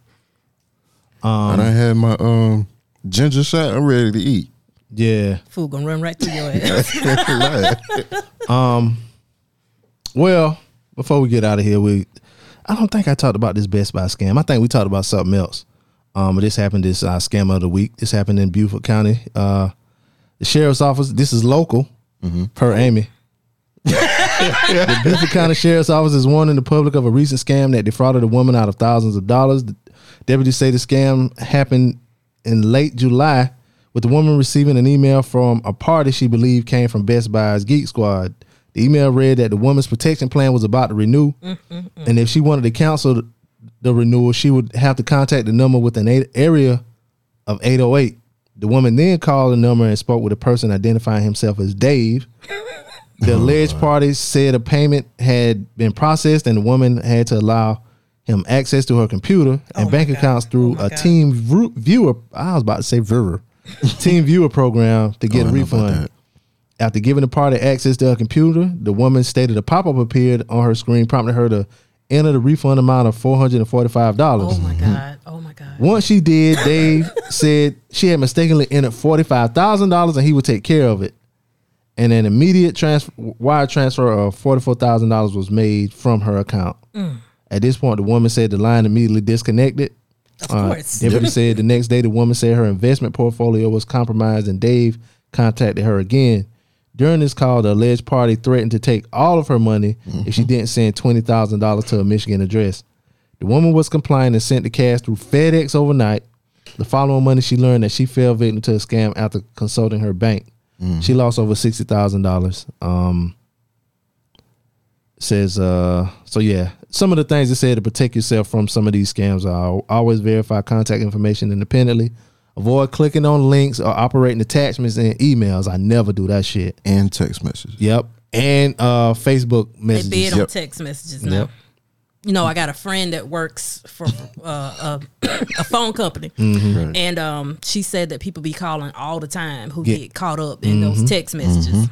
and I had my um ginger shot. I'm ready to eat.
Yeah.
Food gonna run right through your ass.
Like,
Well, before we get out of here, we I don't think I talked about this Best Buy scam. I think we talked about something else. Um, but this happened this uh, scam of the week. This happened in Beaufort County. Uh, the sheriff's office. This is local per Amy. the Beaufort County Sheriff's Office is warning the public of a recent scam that defrauded a woman out of thousands of dollars. The deputies say the scam happened in late July with the woman receiving an email from a party she believed came from Best Buy's Geek Squad. The email read that the woman's protection plan was about to renew, and if she wanted to cancel the, the renewal, she would have to contact the number with an eight, area of 808. The woman then called the number and spoke with a person identifying himself as Dave. The
Oh,
alleged party said a payment had been processed and the woman had to allow him access to her computer and bank accounts through a team Vru- viewer. I was about to say viewer, team viewer program to get
Oh, I
a
know about
refund.
that.
After giving the party access to her computer, the woman stated a pop up appeared on her screen, prompting her to enter the refund amount of four hundred and forty five dollars.
oh my god. Oh my god.
Once she did, Dave said she had mistakenly entered forty five thousand dollars and he would take care of it. And an immediate transfer, wire transfer of forty four thousand dollars was made from her account. At this point, the woman said the line immediately disconnected.
Of
Uh,
course.
Deputy said the next day the woman said her investment portfolio was compromised and Dave contacted her again. During this call, the alleged party threatened to take all of her money if she didn't send twenty thousand dollars to a Michigan address. The woman was compliant and sent the cash through FedEx overnight. The following Monday, she learned that she fell victim to a scam after consulting her bank. She lost over sixty thousand dollars. Um, says uh, so yeah. Some of the things it said to protect yourself from some of these scams are always verify contact information independently. Avoid clicking on links or operating attachments in emails. I never do that shit.
and text messages.
Yep, and uh, Facebook
They
messages.
bid on
Yep.
text messages now. You know, I got a friend that works for uh, a, a phone company,
Mm-hmm.
and um, she said that people be calling all the time who
Yeah.
get caught up in
Mm-hmm.
those text messages.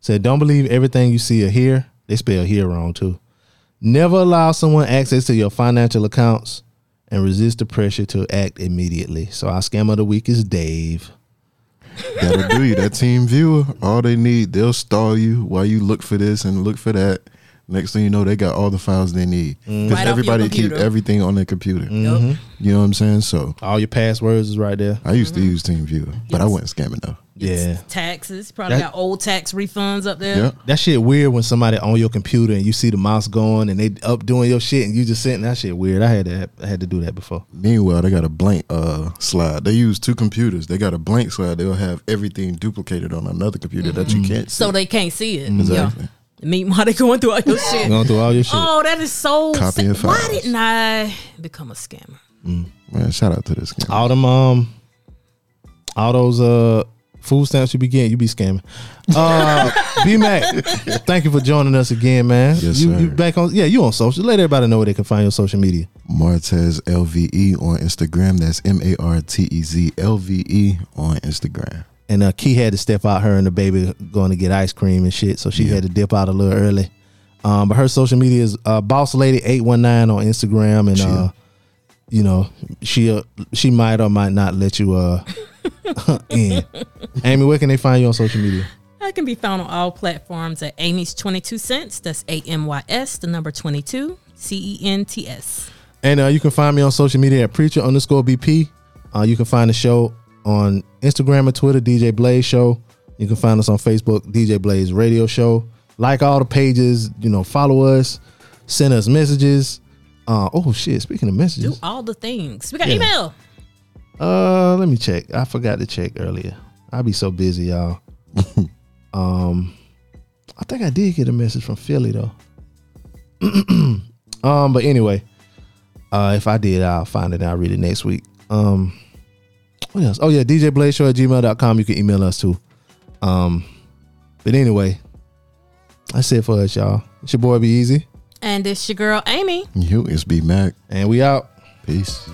Said, don't believe everything you see or hear. They spell hear wrong too. Never allow someone access to your financial accounts and resist the pressure to act immediately. So our scam of the week is Dave.
That'll do you. That team viewer, all they need, they'll stall you while you look for this and look for that. Next thing you know, they got all the files they need because
Mm-hmm. Right off your
everybody keep
computer.
everything on their computer.
Yep.
You know what I'm saying? So
All your passwords is right there.
I used
Mm-hmm.
to use Team Viewer, but I wasn't scamming though.
Yeah.
Taxes probably
That-
got old tax refunds up there.
Yeah,
That shit weird when somebody on your computer and you see the mouse going and they up doing your shit and you just sitting that shit weird. I had to I had to do that before.
Meanwhile, they got a blank uh, slide. They use two computers. They got a blank slide. They'll have everything duplicated on another computer that you can't.
Mm-hmm. so
see.
they can't see it.
Mm-hmm. Exactly.
Yeah. Meanwhile, they going through all your shit.
Going through all your shit.
Oh, that is so.
Copy
sad.
and
Why
files.
didn't I become a scammer?
man, shout out to this guy.
All them um all those uh food stamps you be getting, you be scamming. Uh B Mac, thank you for joining us again, man.
Yes,
you
sir.
you back on yeah, you on social. Let everybody know where they can find your social media.
Martez LVE on Instagram. That's M A R T E Z L V E on Instagram.
And uh Key had to step out her and the baby going to get ice cream and shit. So she had to dip out a little early. Um but her social media is uh boss lady eight one nine on Instagram and uh you know, she uh, she might or might not let you uh in. Amy, where can they find you on social media?
I can be found on all platforms at Amy's 22 cents. That's A M Y S, the number 22, C E N T S.
And uh, you can find me on social media at preacher underscore BP. Uh, you can find the show on Instagram and Twitter, DJ Blaze Show. You can find us on Facebook, DJ Blaze Radio Show. Like all the pages, you know, follow us, send us messages. Uh, oh shit! Speaking of
Do
messages,
all the things. We got
Yeah.
email.
uh, let me check. I forgot to check earlier. I be so busy, y'all. um, I think I did get a message from Philly though. um, but anyway, uh, if I did, I'll find it and I'll read it next week. Um, what else? Oh yeah, djblazeshow at gmail.com. You can email us too. Um, but anyway, that's it for us, y'all. It's your boy Be Easy,
And it's your girl, Amy.
You is B Mac.
and we out.
Peace.